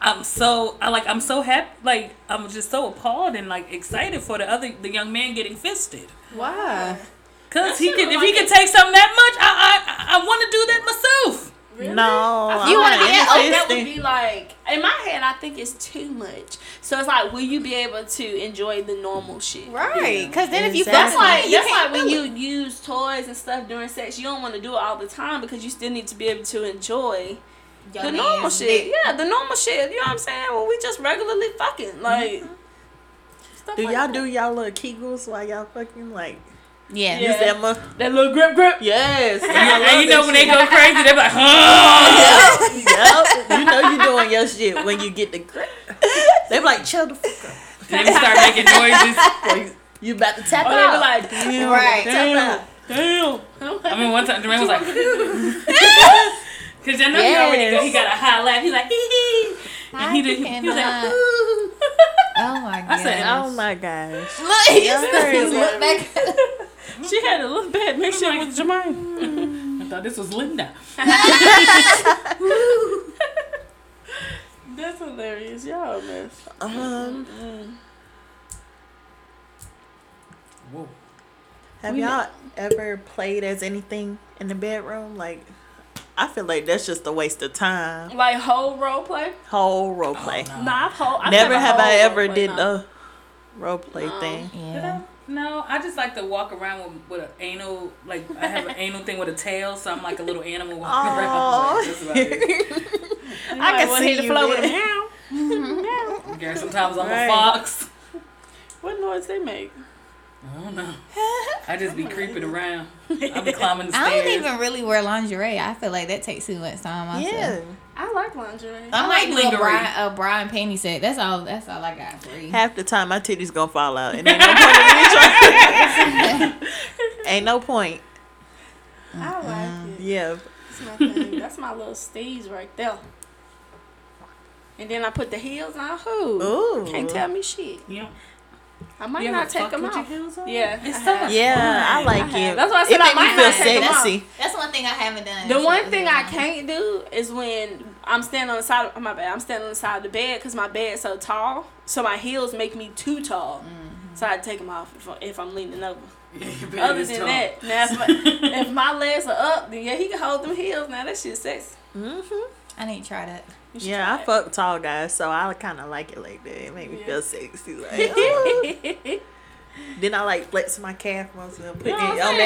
Speaker 1: I'm so I like I'm so happy, like I'm just so appalled and like excited for the other the young man getting fisted.
Speaker 2: why?
Speaker 1: Cause he could, if he could take something that much, I I, I want to do that myself.
Speaker 3: Really?
Speaker 4: No,
Speaker 3: You
Speaker 4: I'm
Speaker 3: want to get oh, that would
Speaker 4: insisting.
Speaker 3: be like in my head. I think it's too much. So it's like, will you be able to enjoy the normal shit?
Speaker 2: Right. Because then if you
Speaker 4: Exactly.
Speaker 3: That's
Speaker 2: feel
Speaker 3: like
Speaker 2: like you
Speaker 3: that's
Speaker 2: can't
Speaker 3: like when
Speaker 2: do
Speaker 3: you use toys and stuff during sex. You don't want to do it all the time because you still need to be able to enjoy
Speaker 2: your
Speaker 3: the
Speaker 2: man's
Speaker 3: normal shit.
Speaker 2: dick.
Speaker 3: Yeah, the normal shit. You know what I'm saying? Well, we just regularly fucking like. stuff
Speaker 4: Mm-hmm. Do
Speaker 3: like
Speaker 4: y'all
Speaker 3: that.
Speaker 4: do y'all little kegels while y'all fucking like?
Speaker 2: Yeah.
Speaker 3: Yeah.
Speaker 4: Is that my
Speaker 3: that little grip grip?
Speaker 4: yes?
Speaker 1: And, you- and you know when they go crazy, they're like,
Speaker 4: Yep,
Speaker 1: oh.
Speaker 4: yep. You know you doing your shit when you get the grip. They be like, chill the fuck up.
Speaker 1: Then they start making noises.
Speaker 4: Like, You about to tap
Speaker 3: Or Oh, they
Speaker 4: out.
Speaker 3: be like, damn,
Speaker 2: Right.
Speaker 3: damn, damn.
Speaker 1: I mean, one time Jermaine was like, because I know he already
Speaker 2: Yes.
Speaker 1: got, he got a high laugh. He's like, hee hee. And he,
Speaker 2: I
Speaker 1: did, he was
Speaker 2: cannot.
Speaker 1: like,
Speaker 2: Oh my god.
Speaker 1: I said,
Speaker 4: oh my gosh.
Speaker 2: Look, he
Speaker 4: Y'all
Speaker 2: just
Speaker 4: crazy.
Speaker 2: look back.
Speaker 3: She had a little bad mixture with Jermaine.
Speaker 1: I thought this was Linda.
Speaker 3: That's hilarious, y'all, man.
Speaker 4: Um,
Speaker 1: Whoa.
Speaker 4: have y'all ever played as anything in the bedroom? Like, I feel like that's just a waste of time.
Speaker 3: Like whole role play.
Speaker 4: Whole role play.
Speaker 1: no.
Speaker 3: Nah, I've whole. Oh, I've
Speaker 4: Never
Speaker 3: never
Speaker 4: have
Speaker 3: whole
Speaker 4: I
Speaker 3: role
Speaker 4: ever
Speaker 3: play,
Speaker 4: did
Speaker 3: nah.
Speaker 4: a role play thing.
Speaker 1: Did
Speaker 2: Yeah.
Speaker 1: I? No, I just like to walk around with, with an anal, like I have an anal thing with a tail, so I'm like a little animal walking around. Like, that's about it.
Speaker 4: I
Speaker 3: Like,
Speaker 4: can
Speaker 3: well,
Speaker 4: see
Speaker 3: hit the
Speaker 4: you
Speaker 3: floor with a
Speaker 4: there.
Speaker 3: meow.
Speaker 1: Okay, sometimes I'm
Speaker 4: Right.
Speaker 1: a fox.
Speaker 3: What noise they make?
Speaker 1: I don't know. I just be creeping around. I be climbing the
Speaker 2: I
Speaker 1: stairs.
Speaker 2: don't even really wear lingerie. I feel like that takes too much time. Myself.
Speaker 4: Yeah.
Speaker 3: I like lingerie.
Speaker 2: I
Speaker 1: like
Speaker 2: might do a
Speaker 1: lingerie.
Speaker 2: bra, a bra and panty set. That's all. That's all I got for you.
Speaker 4: Half the time my titties gonna fall out and ain't no point. in me trying- ain't no point.
Speaker 3: I
Speaker 4: Uh-huh.
Speaker 3: like it.
Speaker 4: Yeah.
Speaker 3: That's my thing. That's my little steez right there. And then I put the heels on. Who?
Speaker 4: Ooh.
Speaker 3: Can't tell me shit.
Speaker 1: Yeah.
Speaker 3: I might
Speaker 1: You ever
Speaker 3: not take
Speaker 1: fuck
Speaker 3: them
Speaker 1: with your
Speaker 3: off.
Speaker 1: heels on?
Speaker 3: Yeah,
Speaker 1: It's
Speaker 3: I
Speaker 1: so
Speaker 3: have.
Speaker 4: Yeah, I like
Speaker 3: I
Speaker 4: it.
Speaker 3: have. That's why I
Speaker 4: it
Speaker 3: said I
Speaker 4: make
Speaker 3: might
Speaker 4: me feel
Speaker 3: not take 'em off.
Speaker 4: sexy.
Speaker 2: That's one thing I haven't done. Mm-hmm.
Speaker 3: The one thing I can't do is when I'm standing on the side. Of, oh, my bad. I'm standing on the side of the bed because my bed's so tall, so my heels make me too tall. So I take them off if, I- if I'm leaning over. Other than that, now if my, if my legs are up, then yeah, he can hold them heels. Now that shit sexy.
Speaker 4: Mhm.
Speaker 2: I need to try that.
Speaker 3: You should
Speaker 4: Yeah, I
Speaker 3: try
Speaker 4: fuck tall guys, so I kind of like it like that. It make me
Speaker 3: Yeah.
Speaker 4: feel sexy. Like, ooh.
Speaker 3: it.
Speaker 4: then I like flex my calf muscle and put
Speaker 3: You know
Speaker 4: it
Speaker 3: what I'm
Speaker 4: on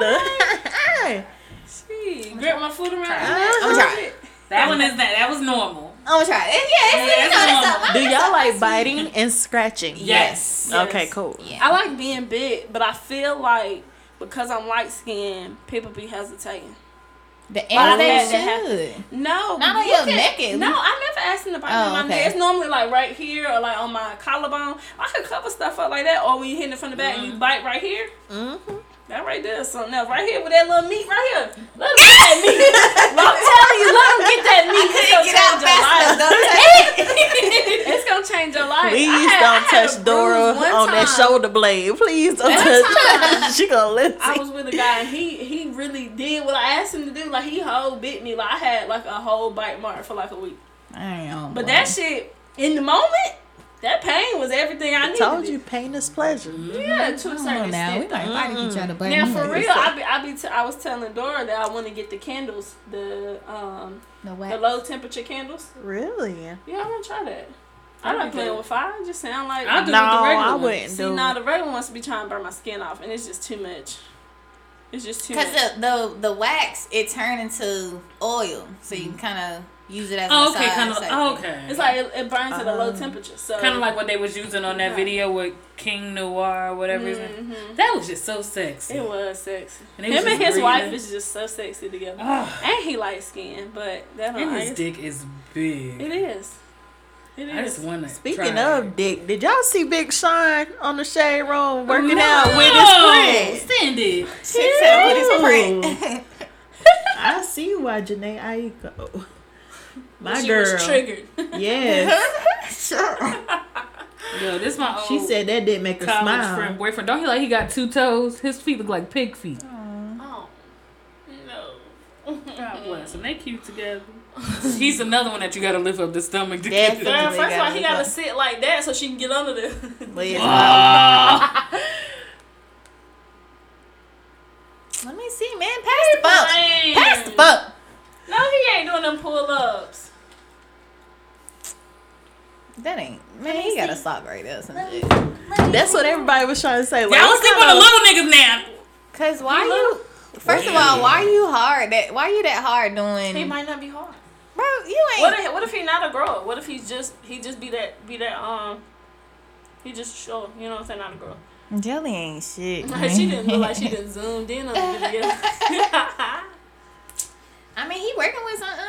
Speaker 4: that
Speaker 3: saying?
Speaker 4: shoulder.
Speaker 3: Shit, grip my foot around.
Speaker 4: Uh-huh.
Speaker 2: I'm gonna try. It.
Speaker 1: that one is that. That was normal.
Speaker 2: I'm gonna try. It. Yeah, it's,
Speaker 1: Yeah,
Speaker 2: you know,
Speaker 1: that's
Speaker 2: that's
Speaker 1: all.
Speaker 2: all-
Speaker 4: Do y'all
Speaker 2: that's
Speaker 4: like biting and scratching?
Speaker 1: Yes.
Speaker 4: Okay,
Speaker 3: Yes.
Speaker 4: cool.
Speaker 2: all- Yeah.
Speaker 3: I like being big, but I feel like because I'm light skinned, people be hesitating.
Speaker 2: The
Speaker 3: I've
Speaker 2: end
Speaker 3: had that
Speaker 2: they should.
Speaker 3: No,
Speaker 2: Not on
Speaker 3: you
Speaker 2: your
Speaker 3: can-
Speaker 2: neck, at
Speaker 3: No,
Speaker 2: least.
Speaker 3: I never asked anybody
Speaker 2: Oh,
Speaker 3: about my
Speaker 2: okay.
Speaker 3: neck. It's normally like right here or like on my collarbone. I could cover stuff up like that, or when you hit it from the back and you bite right here.
Speaker 4: Mm-hmm.
Speaker 3: That right there is something else. Right here with that little meat right here. Let him get that meat. Well, I'm telling you, let him get that meat. It's gonna
Speaker 2: Get out
Speaker 3: change your
Speaker 2: fast
Speaker 3: life.
Speaker 2: enough. Don't touch it.
Speaker 3: It's gonna change your life.
Speaker 4: Please
Speaker 3: I had-
Speaker 4: don't
Speaker 3: I had a
Speaker 4: touch Dora
Speaker 3: bruise one
Speaker 4: on that
Speaker 3: time.
Speaker 4: shoulder blade. Please don't touch. she gonna listen.
Speaker 3: I was with a guy and he he really did what I asked him to do. Like he whole bit me. Like I had like a whole bite mark for like a week.
Speaker 2: Damn.
Speaker 3: But that shit in the moment, that pain was everything I needed.
Speaker 4: told you, pain is pleasure.
Speaker 3: Yeah, to a
Speaker 2: Come
Speaker 3: certain
Speaker 2: on now, we
Speaker 3: extent. Mm-hmm.
Speaker 2: might fight each other, but
Speaker 3: Now
Speaker 2: you
Speaker 3: for
Speaker 2: know,
Speaker 3: real, I be, I be t- I was telling Dora that I want to get the candles, the um
Speaker 2: the
Speaker 3: the
Speaker 2: wax.
Speaker 3: low temperature candles.
Speaker 4: Really?
Speaker 3: Yeah, I want to try that. I'm
Speaker 1: That'd
Speaker 3: not
Speaker 1: be
Speaker 3: playing
Speaker 1: good.
Speaker 3: with fire. It just sound like
Speaker 1: I'll do
Speaker 4: no,
Speaker 1: it with the regular
Speaker 4: I
Speaker 1: ones.
Speaker 4: wouldn't
Speaker 3: see
Speaker 4: do.
Speaker 3: now
Speaker 4: it.
Speaker 3: the regular wants to be trying to burn my skin off, and it's just too much. It's just too much.
Speaker 2: Because the, the the wax it turned into oil, so you can kind of use it as
Speaker 1: Oh,
Speaker 2: a
Speaker 1: okay,
Speaker 2: massage
Speaker 1: kind of.
Speaker 2: type
Speaker 1: Oh,
Speaker 2: thing.
Speaker 1: okay.
Speaker 3: it's like it, it burns at a low
Speaker 4: Um,
Speaker 3: temperature, so
Speaker 1: kind of like what they was using on that
Speaker 3: Yeah.
Speaker 1: video with King Noir or whatever. his name.
Speaker 3: Mhm.
Speaker 1: That was just so sexy.
Speaker 3: It was sexy.
Speaker 1: And they was
Speaker 3: Him and
Speaker 1: just
Speaker 3: his wife
Speaker 1: breathing.
Speaker 3: is just so sexy together,
Speaker 1: Ugh.
Speaker 3: and he light skin, but that don't
Speaker 1: and his
Speaker 3: ice-
Speaker 1: dick is big.
Speaker 3: It is. It
Speaker 1: I just
Speaker 3: is.
Speaker 1: want to.
Speaker 4: Speaking
Speaker 1: try
Speaker 4: of
Speaker 1: it.
Speaker 4: dick, did y'all see Big Sean on the Shade Room working out
Speaker 1: No,
Speaker 4: with his friend?
Speaker 1: Cindy.
Speaker 2: She said with his print.
Speaker 4: I see why Janae Aiko, my
Speaker 3: she
Speaker 4: girl,
Speaker 3: was triggered.
Speaker 4: yes,
Speaker 1: Yo, this my old
Speaker 4: she said that did make her
Speaker 1: college
Speaker 4: smile.
Speaker 1: friend boyfriend. Don't he like he got two toes? His feet look like pig feet.
Speaker 3: Oh no.
Speaker 4: Oh,
Speaker 1: God bless him. They cute together. He's another one that you got to lift up the stomach to
Speaker 4: That's
Speaker 1: get
Speaker 4: it.
Speaker 1: it.
Speaker 3: Girl,
Speaker 4: They
Speaker 3: first of all,
Speaker 4: gotta
Speaker 3: he
Speaker 4: look
Speaker 3: gotta
Speaker 4: up.
Speaker 3: sit like that so she can get under there.
Speaker 4: Well, yeah.
Speaker 1: Wow.
Speaker 2: sock right there. or some
Speaker 5: Let me-
Speaker 2: shit.
Speaker 5: let me
Speaker 4: That's what
Speaker 5: see.
Speaker 4: everybody was trying to say. Like,
Speaker 1: Y'all
Speaker 4: what
Speaker 1: sleep
Speaker 4: kind
Speaker 1: on the
Speaker 4: of-
Speaker 1: little niggas now.
Speaker 2: Cause why you? First of all, why you hard? That why you that hard
Speaker 3: He
Speaker 2: doing?
Speaker 3: might not be hard.
Speaker 2: Bro, you ain't.
Speaker 3: What if, what if he not a girl? What if he's just he just be that be that um he just show you know what I'm saying not a girl.
Speaker 2: Jelly ain't shit.
Speaker 3: she didn't look like she done zoomed in on the video.
Speaker 2: I mean, he working with something.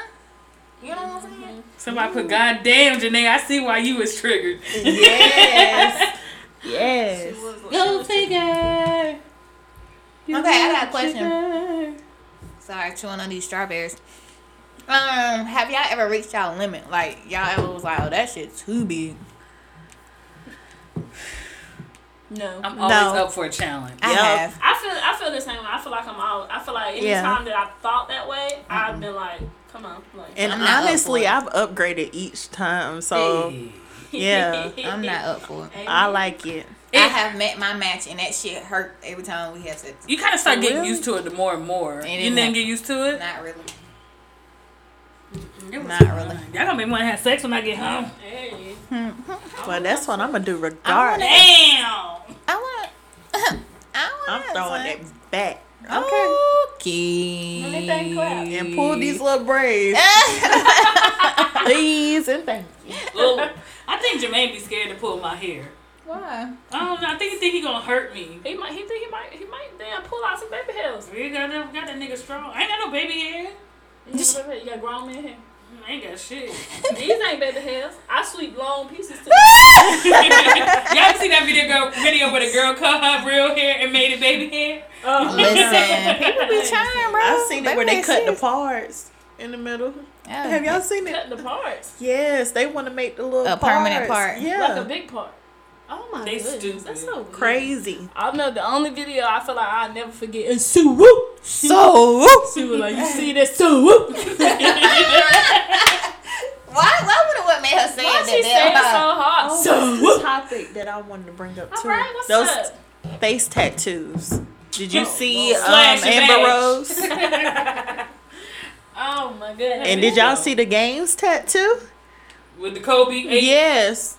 Speaker 2: You know what I'm saying?
Speaker 1: Somebody put, God damn, Janae, I see why you was triggered.
Speaker 2: Yes.
Speaker 3: She
Speaker 2: yes.
Speaker 3: was like-
Speaker 5: Go figure.
Speaker 2: Okay, I got a question. Sorry, chewing on these strawberries. Um, have y'all ever reached y'all limit? Like y'all ever was like, oh, that shit too big.
Speaker 3: No.
Speaker 1: I'm
Speaker 4: No.
Speaker 1: always up for a challenge.
Speaker 2: I
Speaker 4: Yup.
Speaker 2: have.
Speaker 3: I feel I feel the same way. I feel like I'm all I feel like any
Speaker 4: Yeah.
Speaker 3: time that I thought that way, I've been like, come on, like
Speaker 4: And
Speaker 2: I'm not up
Speaker 4: honestly,
Speaker 2: for it.
Speaker 4: I've upgraded each time, so
Speaker 1: Hey.
Speaker 4: yeah,
Speaker 2: I'm not up for it.
Speaker 3: Amen.
Speaker 4: I like it.
Speaker 2: I
Speaker 1: It-
Speaker 2: have met my match, and that shit hurt every time we have sex.
Speaker 1: You kind of start getting
Speaker 4: Really?
Speaker 1: used to it the more and more. you
Speaker 2: It didn't
Speaker 1: didn't
Speaker 2: happen.
Speaker 1: get used to it?
Speaker 2: Not really.
Speaker 1: It was
Speaker 2: Not
Speaker 1: fun.
Speaker 2: really.
Speaker 1: Y'all gonna make me wanna have sex when I get home.
Speaker 3: Hey.
Speaker 2: Hmm.
Speaker 4: Well, that's what I'm gonna do regardless.
Speaker 1: Damn!
Speaker 2: I want. I
Speaker 4: I'm
Speaker 2: want.
Speaker 4: throwing
Speaker 2: it.
Speaker 4: it back
Speaker 2: Okay.
Speaker 3: Anything clap.
Speaker 4: and pull these little braids, please and thank you.
Speaker 1: Oh, I think Jermaine be scared to pull my hair.
Speaker 2: Why?
Speaker 1: I don't know. I think he think he gonna hurt me.
Speaker 3: He might he think he might he might damn pull out some baby hairs.
Speaker 1: We got that, got that nigga strong. I ain't got no baby hair.
Speaker 3: You got baby- you got grown men hair.
Speaker 1: I ain't got shit.
Speaker 3: These ain't baby hairs. I sweep long pieces to
Speaker 1: Y'all seen that video girl, video where the girl cut her real hair and made it baby hair?
Speaker 3: Oh.
Speaker 2: Listen, people be trying, bro.
Speaker 4: I've seen it
Speaker 2: Baby,
Speaker 4: where they Uh,
Speaker 2: that
Speaker 4: cut the
Speaker 2: shit-
Speaker 4: parts in the middle.
Speaker 2: Yeah.
Speaker 4: Have y'all seen it?
Speaker 3: Cut the parts.
Speaker 4: Yes, they want to make the little
Speaker 2: A permanent
Speaker 4: parts.
Speaker 2: part.
Speaker 4: Yeah,
Speaker 3: Like a big part. Oh my
Speaker 1: They
Speaker 3: goodness.
Speaker 1: stupid.
Speaker 3: That's so weird.
Speaker 4: crazy.
Speaker 3: I know the only video I feel like I'll never forget is Sue Whoop.
Speaker 4: So
Speaker 3: She was like, You see that Sue Whoop?
Speaker 2: Why? I wonder what made her say
Speaker 3: Why
Speaker 2: it
Speaker 3: she
Speaker 2: that
Speaker 3: saying so
Speaker 2: bad.
Speaker 3: hard?
Speaker 4: Oh,
Speaker 3: Sue
Speaker 4: what's the topic that I wanted to bring up too.
Speaker 3: All right, what's
Speaker 4: Those
Speaker 3: up?
Speaker 4: face tattoos. Did you see um,
Speaker 1: Slash and
Speaker 4: Amber
Speaker 1: bash.
Speaker 4: Rose?
Speaker 3: Oh my goodness.
Speaker 4: And did y'all see the games tattoo?
Speaker 1: With the Kobe. eight-
Speaker 4: Yes,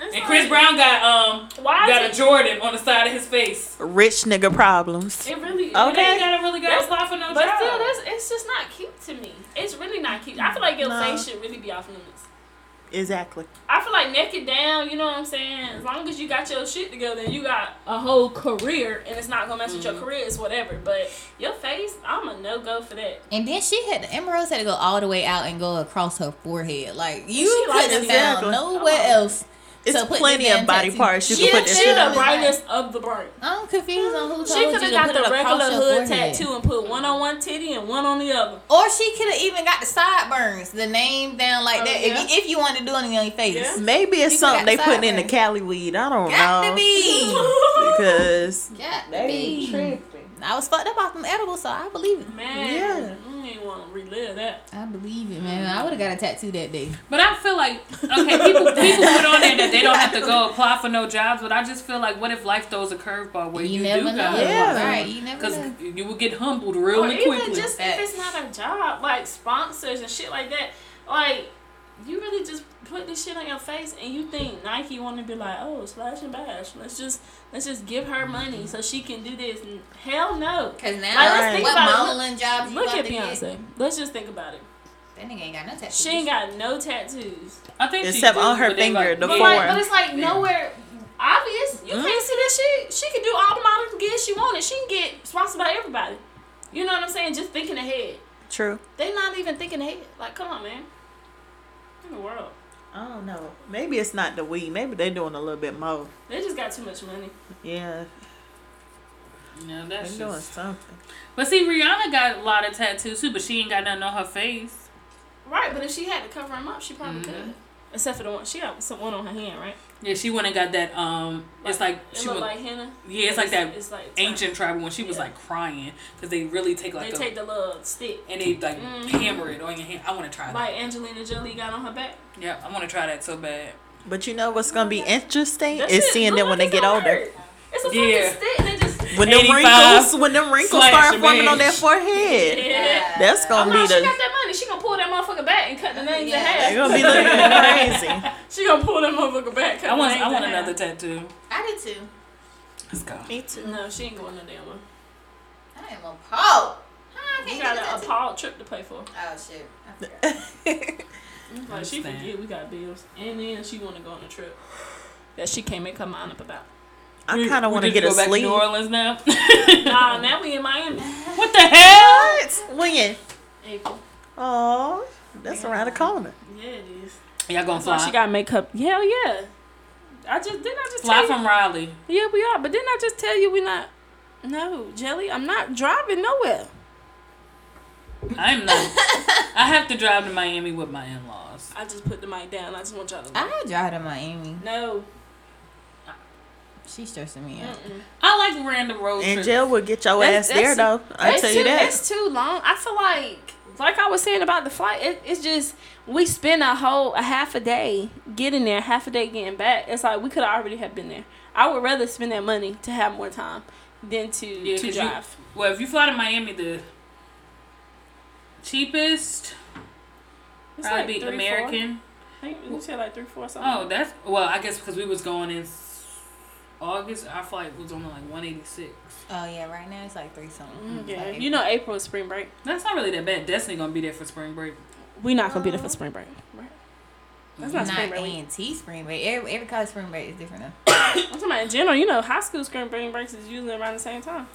Speaker 1: And Chris Brown got um
Speaker 3: Why is
Speaker 1: got
Speaker 3: it-
Speaker 1: a Jordan on the side of his face.
Speaker 4: rich nigga problems.
Speaker 3: It really
Speaker 1: You
Speaker 4: Okay.
Speaker 1: ain't gotta really go
Speaker 3: That's-
Speaker 1: apply for no
Speaker 3: But
Speaker 1: job.
Speaker 3: still, that's it's just not cute to me. It's really not cute. I feel like your
Speaker 4: No.
Speaker 3: face should really be off limits.
Speaker 4: Exactly.
Speaker 3: I feel like naked down, you know what I'm saying? As long as you got your shit together and you got a whole career and it's not gonna mess with your career, it's whatever. But your face, I'm a no go for that.
Speaker 2: And then she had Amber Rose had to go all the way out and go across her forehead. Like you
Speaker 3: she like
Speaker 2: couldn't have
Speaker 4: that?
Speaker 2: found
Speaker 4: Exactly.
Speaker 2: nowhere else.
Speaker 4: It's
Speaker 2: to put
Speaker 4: plenty
Speaker 2: this
Speaker 4: of
Speaker 2: damn
Speaker 4: body
Speaker 2: tattoo.
Speaker 4: parts you can
Speaker 3: She,
Speaker 4: put
Speaker 3: she
Speaker 4: in
Speaker 3: the
Speaker 2: should've-
Speaker 3: brightest of the bright.
Speaker 2: I'm confused on who told
Speaker 3: She
Speaker 2: you
Speaker 3: could
Speaker 2: to
Speaker 3: have got
Speaker 2: put
Speaker 3: the
Speaker 2: it across your
Speaker 3: regular hood
Speaker 2: forehead.
Speaker 3: tattoo and put one on one titty and one on the other.
Speaker 2: Or she could have even got the sideburns, the name down like
Speaker 3: Oh,
Speaker 2: that.
Speaker 3: yeah.
Speaker 2: If, you, if you wanted to do it on your face,
Speaker 3: Yeah.
Speaker 4: Maybe it's
Speaker 2: You
Speaker 4: something
Speaker 2: got
Speaker 4: they putting in the
Speaker 2: sideburns.
Speaker 4: Cali weed. I don't
Speaker 2: got
Speaker 4: know
Speaker 2: to be,
Speaker 4: because
Speaker 2: got to be. I was fucked up off them edibles, so I believe it.
Speaker 3: Man, you ain't want to relive that.
Speaker 2: I believe it, man. I would have got a tattoo that day.
Speaker 1: But I feel like okay, people people put on there that they don't have to go apply for no jobs. But I just feel like what if life throws a curveball where you, do
Speaker 4: Yeah.
Speaker 1: go?
Speaker 2: Right, you never
Speaker 1: Because
Speaker 2: know.
Speaker 1: you will get humbled
Speaker 3: Or
Speaker 1: really
Speaker 3: even
Speaker 1: quickly.
Speaker 3: just if it's not a job, like sponsors and shit like that. Like, you really just put this shit on your face and you think Nike want to be like, oh, slash and bash. Let's just let's just give her money so she can do this. N- Hell no.
Speaker 2: Cause now,
Speaker 3: Like, let's
Speaker 2: like,
Speaker 3: think
Speaker 2: what
Speaker 3: about it.
Speaker 2: modeling jobs you
Speaker 3: Look
Speaker 2: about
Speaker 3: at
Speaker 2: to get?
Speaker 3: Beyonce. Let's just think about it.
Speaker 2: That nigga ain't got no tattoos.
Speaker 3: She ain't got no tattoos.
Speaker 1: I think she
Speaker 4: Except
Speaker 1: do,
Speaker 4: on her
Speaker 1: but they
Speaker 4: finger,
Speaker 1: like-
Speaker 4: the
Speaker 1: Yeah.
Speaker 3: But, like,
Speaker 4: Four.
Speaker 3: but it's like nowhere obvious. You can't see that shit. She can do all the modeling gigs she wanted. She can get sponsored by everybody. You know what I'm saying? Just thinking ahead.
Speaker 4: true.
Speaker 3: They not even thinking ahead. Like, come on, man. In the world,
Speaker 4: I don't know. Maybe it's not the weed. Maybe they doing a little bit more.
Speaker 3: they just got too much money.
Speaker 4: Yeah,
Speaker 1: Yeah,
Speaker 4: they
Speaker 1: that's
Speaker 4: doing
Speaker 1: just.
Speaker 4: something.
Speaker 1: But see, Rihanna got a lot of tattoos too, but she ain't got nothing on her face.
Speaker 3: Right, but if she had to cover them up, she probably
Speaker 1: Mm-hmm.
Speaker 3: could. Except for the one she got some one on her hand, right?
Speaker 1: Yeah, she went and got that. Um, it's like
Speaker 3: It
Speaker 1: she
Speaker 3: look
Speaker 1: was.
Speaker 3: like henna.
Speaker 1: yeah, it's like that
Speaker 3: It's like
Speaker 1: ancient tribal when she was
Speaker 3: Yeah.
Speaker 1: like crying because they really take
Speaker 3: They
Speaker 1: like a,
Speaker 3: take the little stick,
Speaker 1: and they like
Speaker 3: Mhm.
Speaker 1: hammer it on your hand. I want to try that.
Speaker 3: like Angelina Jolie got on her back.
Speaker 1: Yeah, I want to try that so bad.
Speaker 4: But you know what's gonna be interesting
Speaker 3: That
Speaker 4: is
Speaker 3: shit
Speaker 4: seeing
Speaker 3: look
Speaker 4: them when they
Speaker 3: like
Speaker 4: get
Speaker 3: it's
Speaker 4: older.
Speaker 3: gonna hurt. It's a fucking
Speaker 1: Yeah.
Speaker 3: stick. They just
Speaker 4: When them
Speaker 1: 85
Speaker 4: wrinkles, when them wrinkles
Speaker 1: slash
Speaker 4: start forming
Speaker 1: range.
Speaker 4: on their forehead,
Speaker 3: yeah.
Speaker 4: that's
Speaker 3: Oh
Speaker 4: gonna
Speaker 3: no,
Speaker 4: be
Speaker 3: she
Speaker 4: the
Speaker 3: got that money. She gonna pull that motherfucker back back and cut the names
Speaker 2: Yeah.
Speaker 3: in half.
Speaker 4: You're gonna be looking crazy.
Speaker 3: She gonna pull that motherfucker back. cut
Speaker 1: I
Speaker 3: the
Speaker 1: want.
Speaker 3: names
Speaker 1: I
Speaker 3: in
Speaker 1: want
Speaker 3: half.
Speaker 1: another tattoo.
Speaker 2: I did too.
Speaker 1: Let's go.
Speaker 4: Me too.
Speaker 3: No, she ain't going no damn one.
Speaker 2: I am appalled. Huh, I
Speaker 3: You
Speaker 2: can't
Speaker 3: got
Speaker 2: do
Speaker 3: a,
Speaker 2: that
Speaker 3: a
Speaker 2: to-
Speaker 3: Paul trip to pay for.
Speaker 2: Oh shit. I forgot.
Speaker 3: Like she
Speaker 1: Understand.
Speaker 3: forget we got bills, and then she wanna go on a trip that she can't make her mind up about.
Speaker 4: I kind of
Speaker 1: We
Speaker 4: want to
Speaker 1: just
Speaker 4: get a
Speaker 1: go back to
Speaker 4: sleeve.
Speaker 1: New Orleans now.
Speaker 3: Nah, now we in Miami.
Speaker 1: what the hell?
Speaker 4: What? When?
Speaker 3: April.
Speaker 4: Oh, that's around the corner.
Speaker 3: Yeah, it is.
Speaker 1: Y'all gonna
Speaker 3: That's why she
Speaker 1: fly?
Speaker 3: got makeup. Hell yeah. I just didn't. I just
Speaker 1: Fly
Speaker 3: tell
Speaker 1: from Raleigh.
Speaker 3: you. Yeah, we are. But didn't I just tell you we not? No, Jelly, I'm not driving nowhere.
Speaker 1: I'm not. I have to drive to Miami with my in-laws.
Speaker 3: I just put the mic down. I just want y'all to. know.
Speaker 2: I drive to Miami.
Speaker 3: no.
Speaker 2: She's stressing me out.
Speaker 3: Mm-mm.
Speaker 1: I like random road
Speaker 4: And
Speaker 1: trips.
Speaker 4: Jill will get your
Speaker 3: That's-
Speaker 4: ass there though.
Speaker 3: that's-
Speaker 4: I
Speaker 3: It's
Speaker 4: tell
Speaker 3: too,
Speaker 4: you that.
Speaker 3: It's too long. I feel like, like I was saying about the flight, it, it's just we spend a whole a half a day getting there, half a day getting back. It's like we could already have been there. I would rather spend that money to have more time than to
Speaker 1: Yeah,
Speaker 3: to
Speaker 1: 'cause you-
Speaker 3: drive.
Speaker 1: Well, if you fly to Miami, the cheapest
Speaker 3: It's
Speaker 1: probably
Speaker 3: like
Speaker 1: be
Speaker 3: three, Four.
Speaker 1: American.
Speaker 3: I think we said like three, four something.
Speaker 1: Oh, that's well. I guess because we was going in s- August, our flight was only like one eighty six.
Speaker 2: Oh yeah, right now it's like three something.
Speaker 3: Mm, yeah. you know, April is spring break.
Speaker 1: That's not really that bad. Destiny gonna be there for spring break.
Speaker 3: We're not gonna be there for spring break. Uh-huh. Right? That's not,
Speaker 2: not
Speaker 3: spring break. week.
Speaker 2: ANT spring break. Every, every college spring break is different though.
Speaker 3: I'm talking about in general. You know, high school spring break breaks is usually around the same time.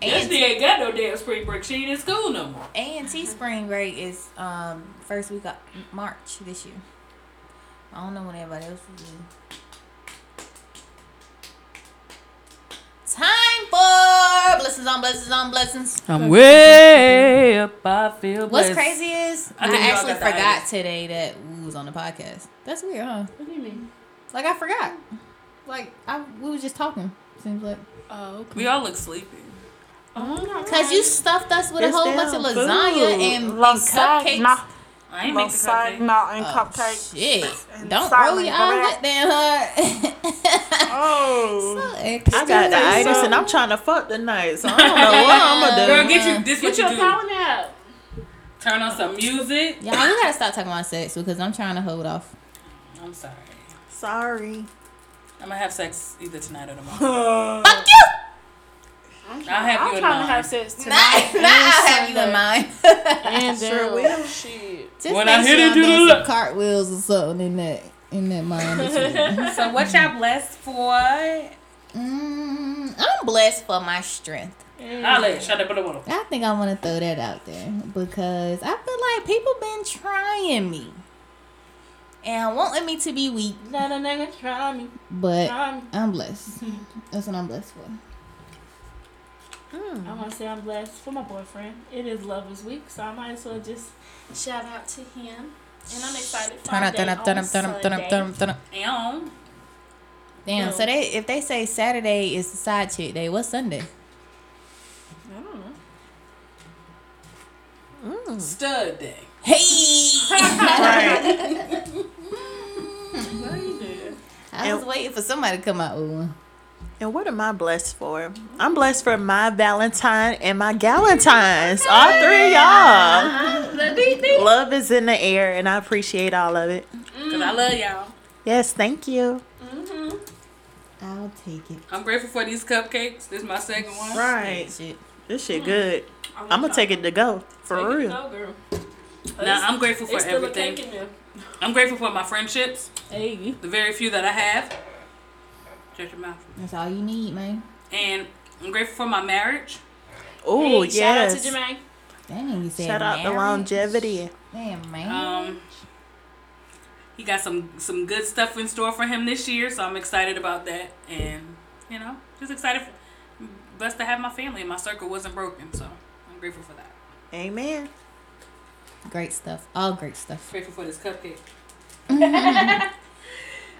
Speaker 2: ANT,
Speaker 1: Destiny ain't got no damn spring break. She ain't in school no more.
Speaker 2: ANT spring break is um first week of March this year. I don't know what everybody else is doing. Time for blessings on blessings on blessings.
Speaker 1: I'm way up. I feel
Speaker 2: What's crazy is
Speaker 1: I
Speaker 2: I,
Speaker 1: think y'all
Speaker 2: actually
Speaker 1: got the
Speaker 2: forgot
Speaker 1: itis.
Speaker 2: today that we was on the podcast. That's weird, huh?
Speaker 3: What do you mean?
Speaker 2: Like I forgot. Like I we was just talking. Seems like
Speaker 3: Oh, okay.
Speaker 1: We all look sleepy.
Speaker 3: Oh,
Speaker 2: because you stuffed us with
Speaker 4: It's
Speaker 2: a whole bunch of
Speaker 4: damn
Speaker 2: lasagna
Speaker 4: food.
Speaker 2: and, and cupcakes.
Speaker 1: I ain't make the cupcake.
Speaker 2: Oh,
Speaker 3: and
Speaker 2: shit.
Speaker 3: And
Speaker 2: Don't
Speaker 3: silent
Speaker 2: roll your eyes
Speaker 3: correct.
Speaker 2: that damn hard.
Speaker 4: Oh.
Speaker 2: So extra.
Speaker 4: I got the itis
Speaker 3: so-
Speaker 4: and I'm trying to fuck tonight, so I don't know what I'm gonna do.
Speaker 1: Girl, get you. This
Speaker 3: Get
Speaker 1: what
Speaker 3: your
Speaker 1: you do.
Speaker 3: phone out.
Speaker 1: Turn on some music.
Speaker 2: Y'all, we gotta stop talking about sex because I'm trying to hold off.
Speaker 1: I'm sorry.
Speaker 4: Sorry.
Speaker 1: I'm gonna have sex either tonight or tomorrow.
Speaker 2: Fuck you!
Speaker 3: I'm
Speaker 1: I'll have
Speaker 3: I'm
Speaker 1: you in
Speaker 3: trying
Speaker 1: mind.
Speaker 3: to have sex
Speaker 2: Nah, nah,
Speaker 3: tonight.
Speaker 2: I'll have you in mind.
Speaker 3: And
Speaker 4: Sure
Speaker 3: sure
Speaker 4: will.
Speaker 3: will. Shit.
Speaker 2: Just
Speaker 1: When
Speaker 2: make
Speaker 1: I hit
Speaker 2: sure
Speaker 1: it,
Speaker 2: I'm
Speaker 1: do the
Speaker 2: doing some
Speaker 1: look.
Speaker 2: cartwheels or something in that in that mind. as well.
Speaker 1: so what y'all blessed for? I
Speaker 2: Mm, I'm blessed for my strength.
Speaker 1: let shut up. All
Speaker 2: I think I want to throw that out there because I feel like people been trying me and wanting me to be weak,
Speaker 3: Not a nigga try me.
Speaker 2: but
Speaker 3: Try me.
Speaker 2: I'm blessed. That's what I'm blessed for. Hmm.
Speaker 3: I want to say I'm blessed for my boyfriend. It is Lovers Week, so I might as well just shout out to him. And I'm excited for
Speaker 2: Turn
Speaker 3: our
Speaker 2: up, turn
Speaker 3: date
Speaker 2: up, turn
Speaker 3: on
Speaker 2: up, turn up, turn up, turn
Speaker 3: Sunday.
Speaker 2: up, turn up. Damn.
Speaker 3: No.
Speaker 2: So they if they say Saturday is the side chick day, what's Sunday?
Speaker 3: I don't know.
Speaker 1: Stud day.
Speaker 2: Hey.
Speaker 4: Right.
Speaker 2: I was waiting for somebody to come out with one.
Speaker 4: And what am I blessed for? I'm blessed for my Valentine and my Galentines. All three of y'all. Love is in the air and I appreciate all of it.
Speaker 1: Cause I love y'all.
Speaker 4: Yes, thank you.
Speaker 2: I'll take it.
Speaker 1: I'm grateful for these cupcakes. This is my second one.
Speaker 4: Right.
Speaker 2: Shit.
Speaker 4: This shit good.
Speaker 3: I want
Speaker 4: I'm gonna
Speaker 3: y'all
Speaker 4: take it to go.
Speaker 3: to
Speaker 4: For
Speaker 3: take it
Speaker 4: real.
Speaker 3: though, girl.
Speaker 1: Now I'm grateful for
Speaker 3: It's still a
Speaker 1: everything.
Speaker 3: cake in there.
Speaker 1: I'm grateful for my friendships,
Speaker 3: Hey.
Speaker 1: the very few that I have. Shut your mouth.
Speaker 2: That's all you need, man.
Speaker 1: And I'm grateful for my marriage.
Speaker 4: Oh
Speaker 3: hey, Shout out
Speaker 4: yes.
Speaker 3: to Jermaine.
Speaker 2: Dang, you said
Speaker 4: Shout out the
Speaker 2: marriage?
Speaker 4: longevity.
Speaker 2: Damn, man.
Speaker 1: Um, he got some some good stuff in store for him this year, so I'm excited about that. And you know, just excited, for, blessed to have my family and my circle wasn't broken, so I'm grateful for that.
Speaker 4: Amen.
Speaker 2: great stuff. All great stuff.
Speaker 1: Grateful for this cupcake.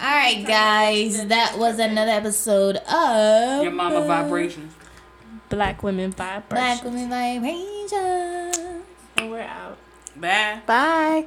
Speaker 2: All right, guys, that was another episode of
Speaker 1: Your mama vibrations.
Speaker 3: Black women vibrations.
Speaker 2: Black Women Vibrations.
Speaker 3: And we're out.
Speaker 1: Bye.
Speaker 4: Bye.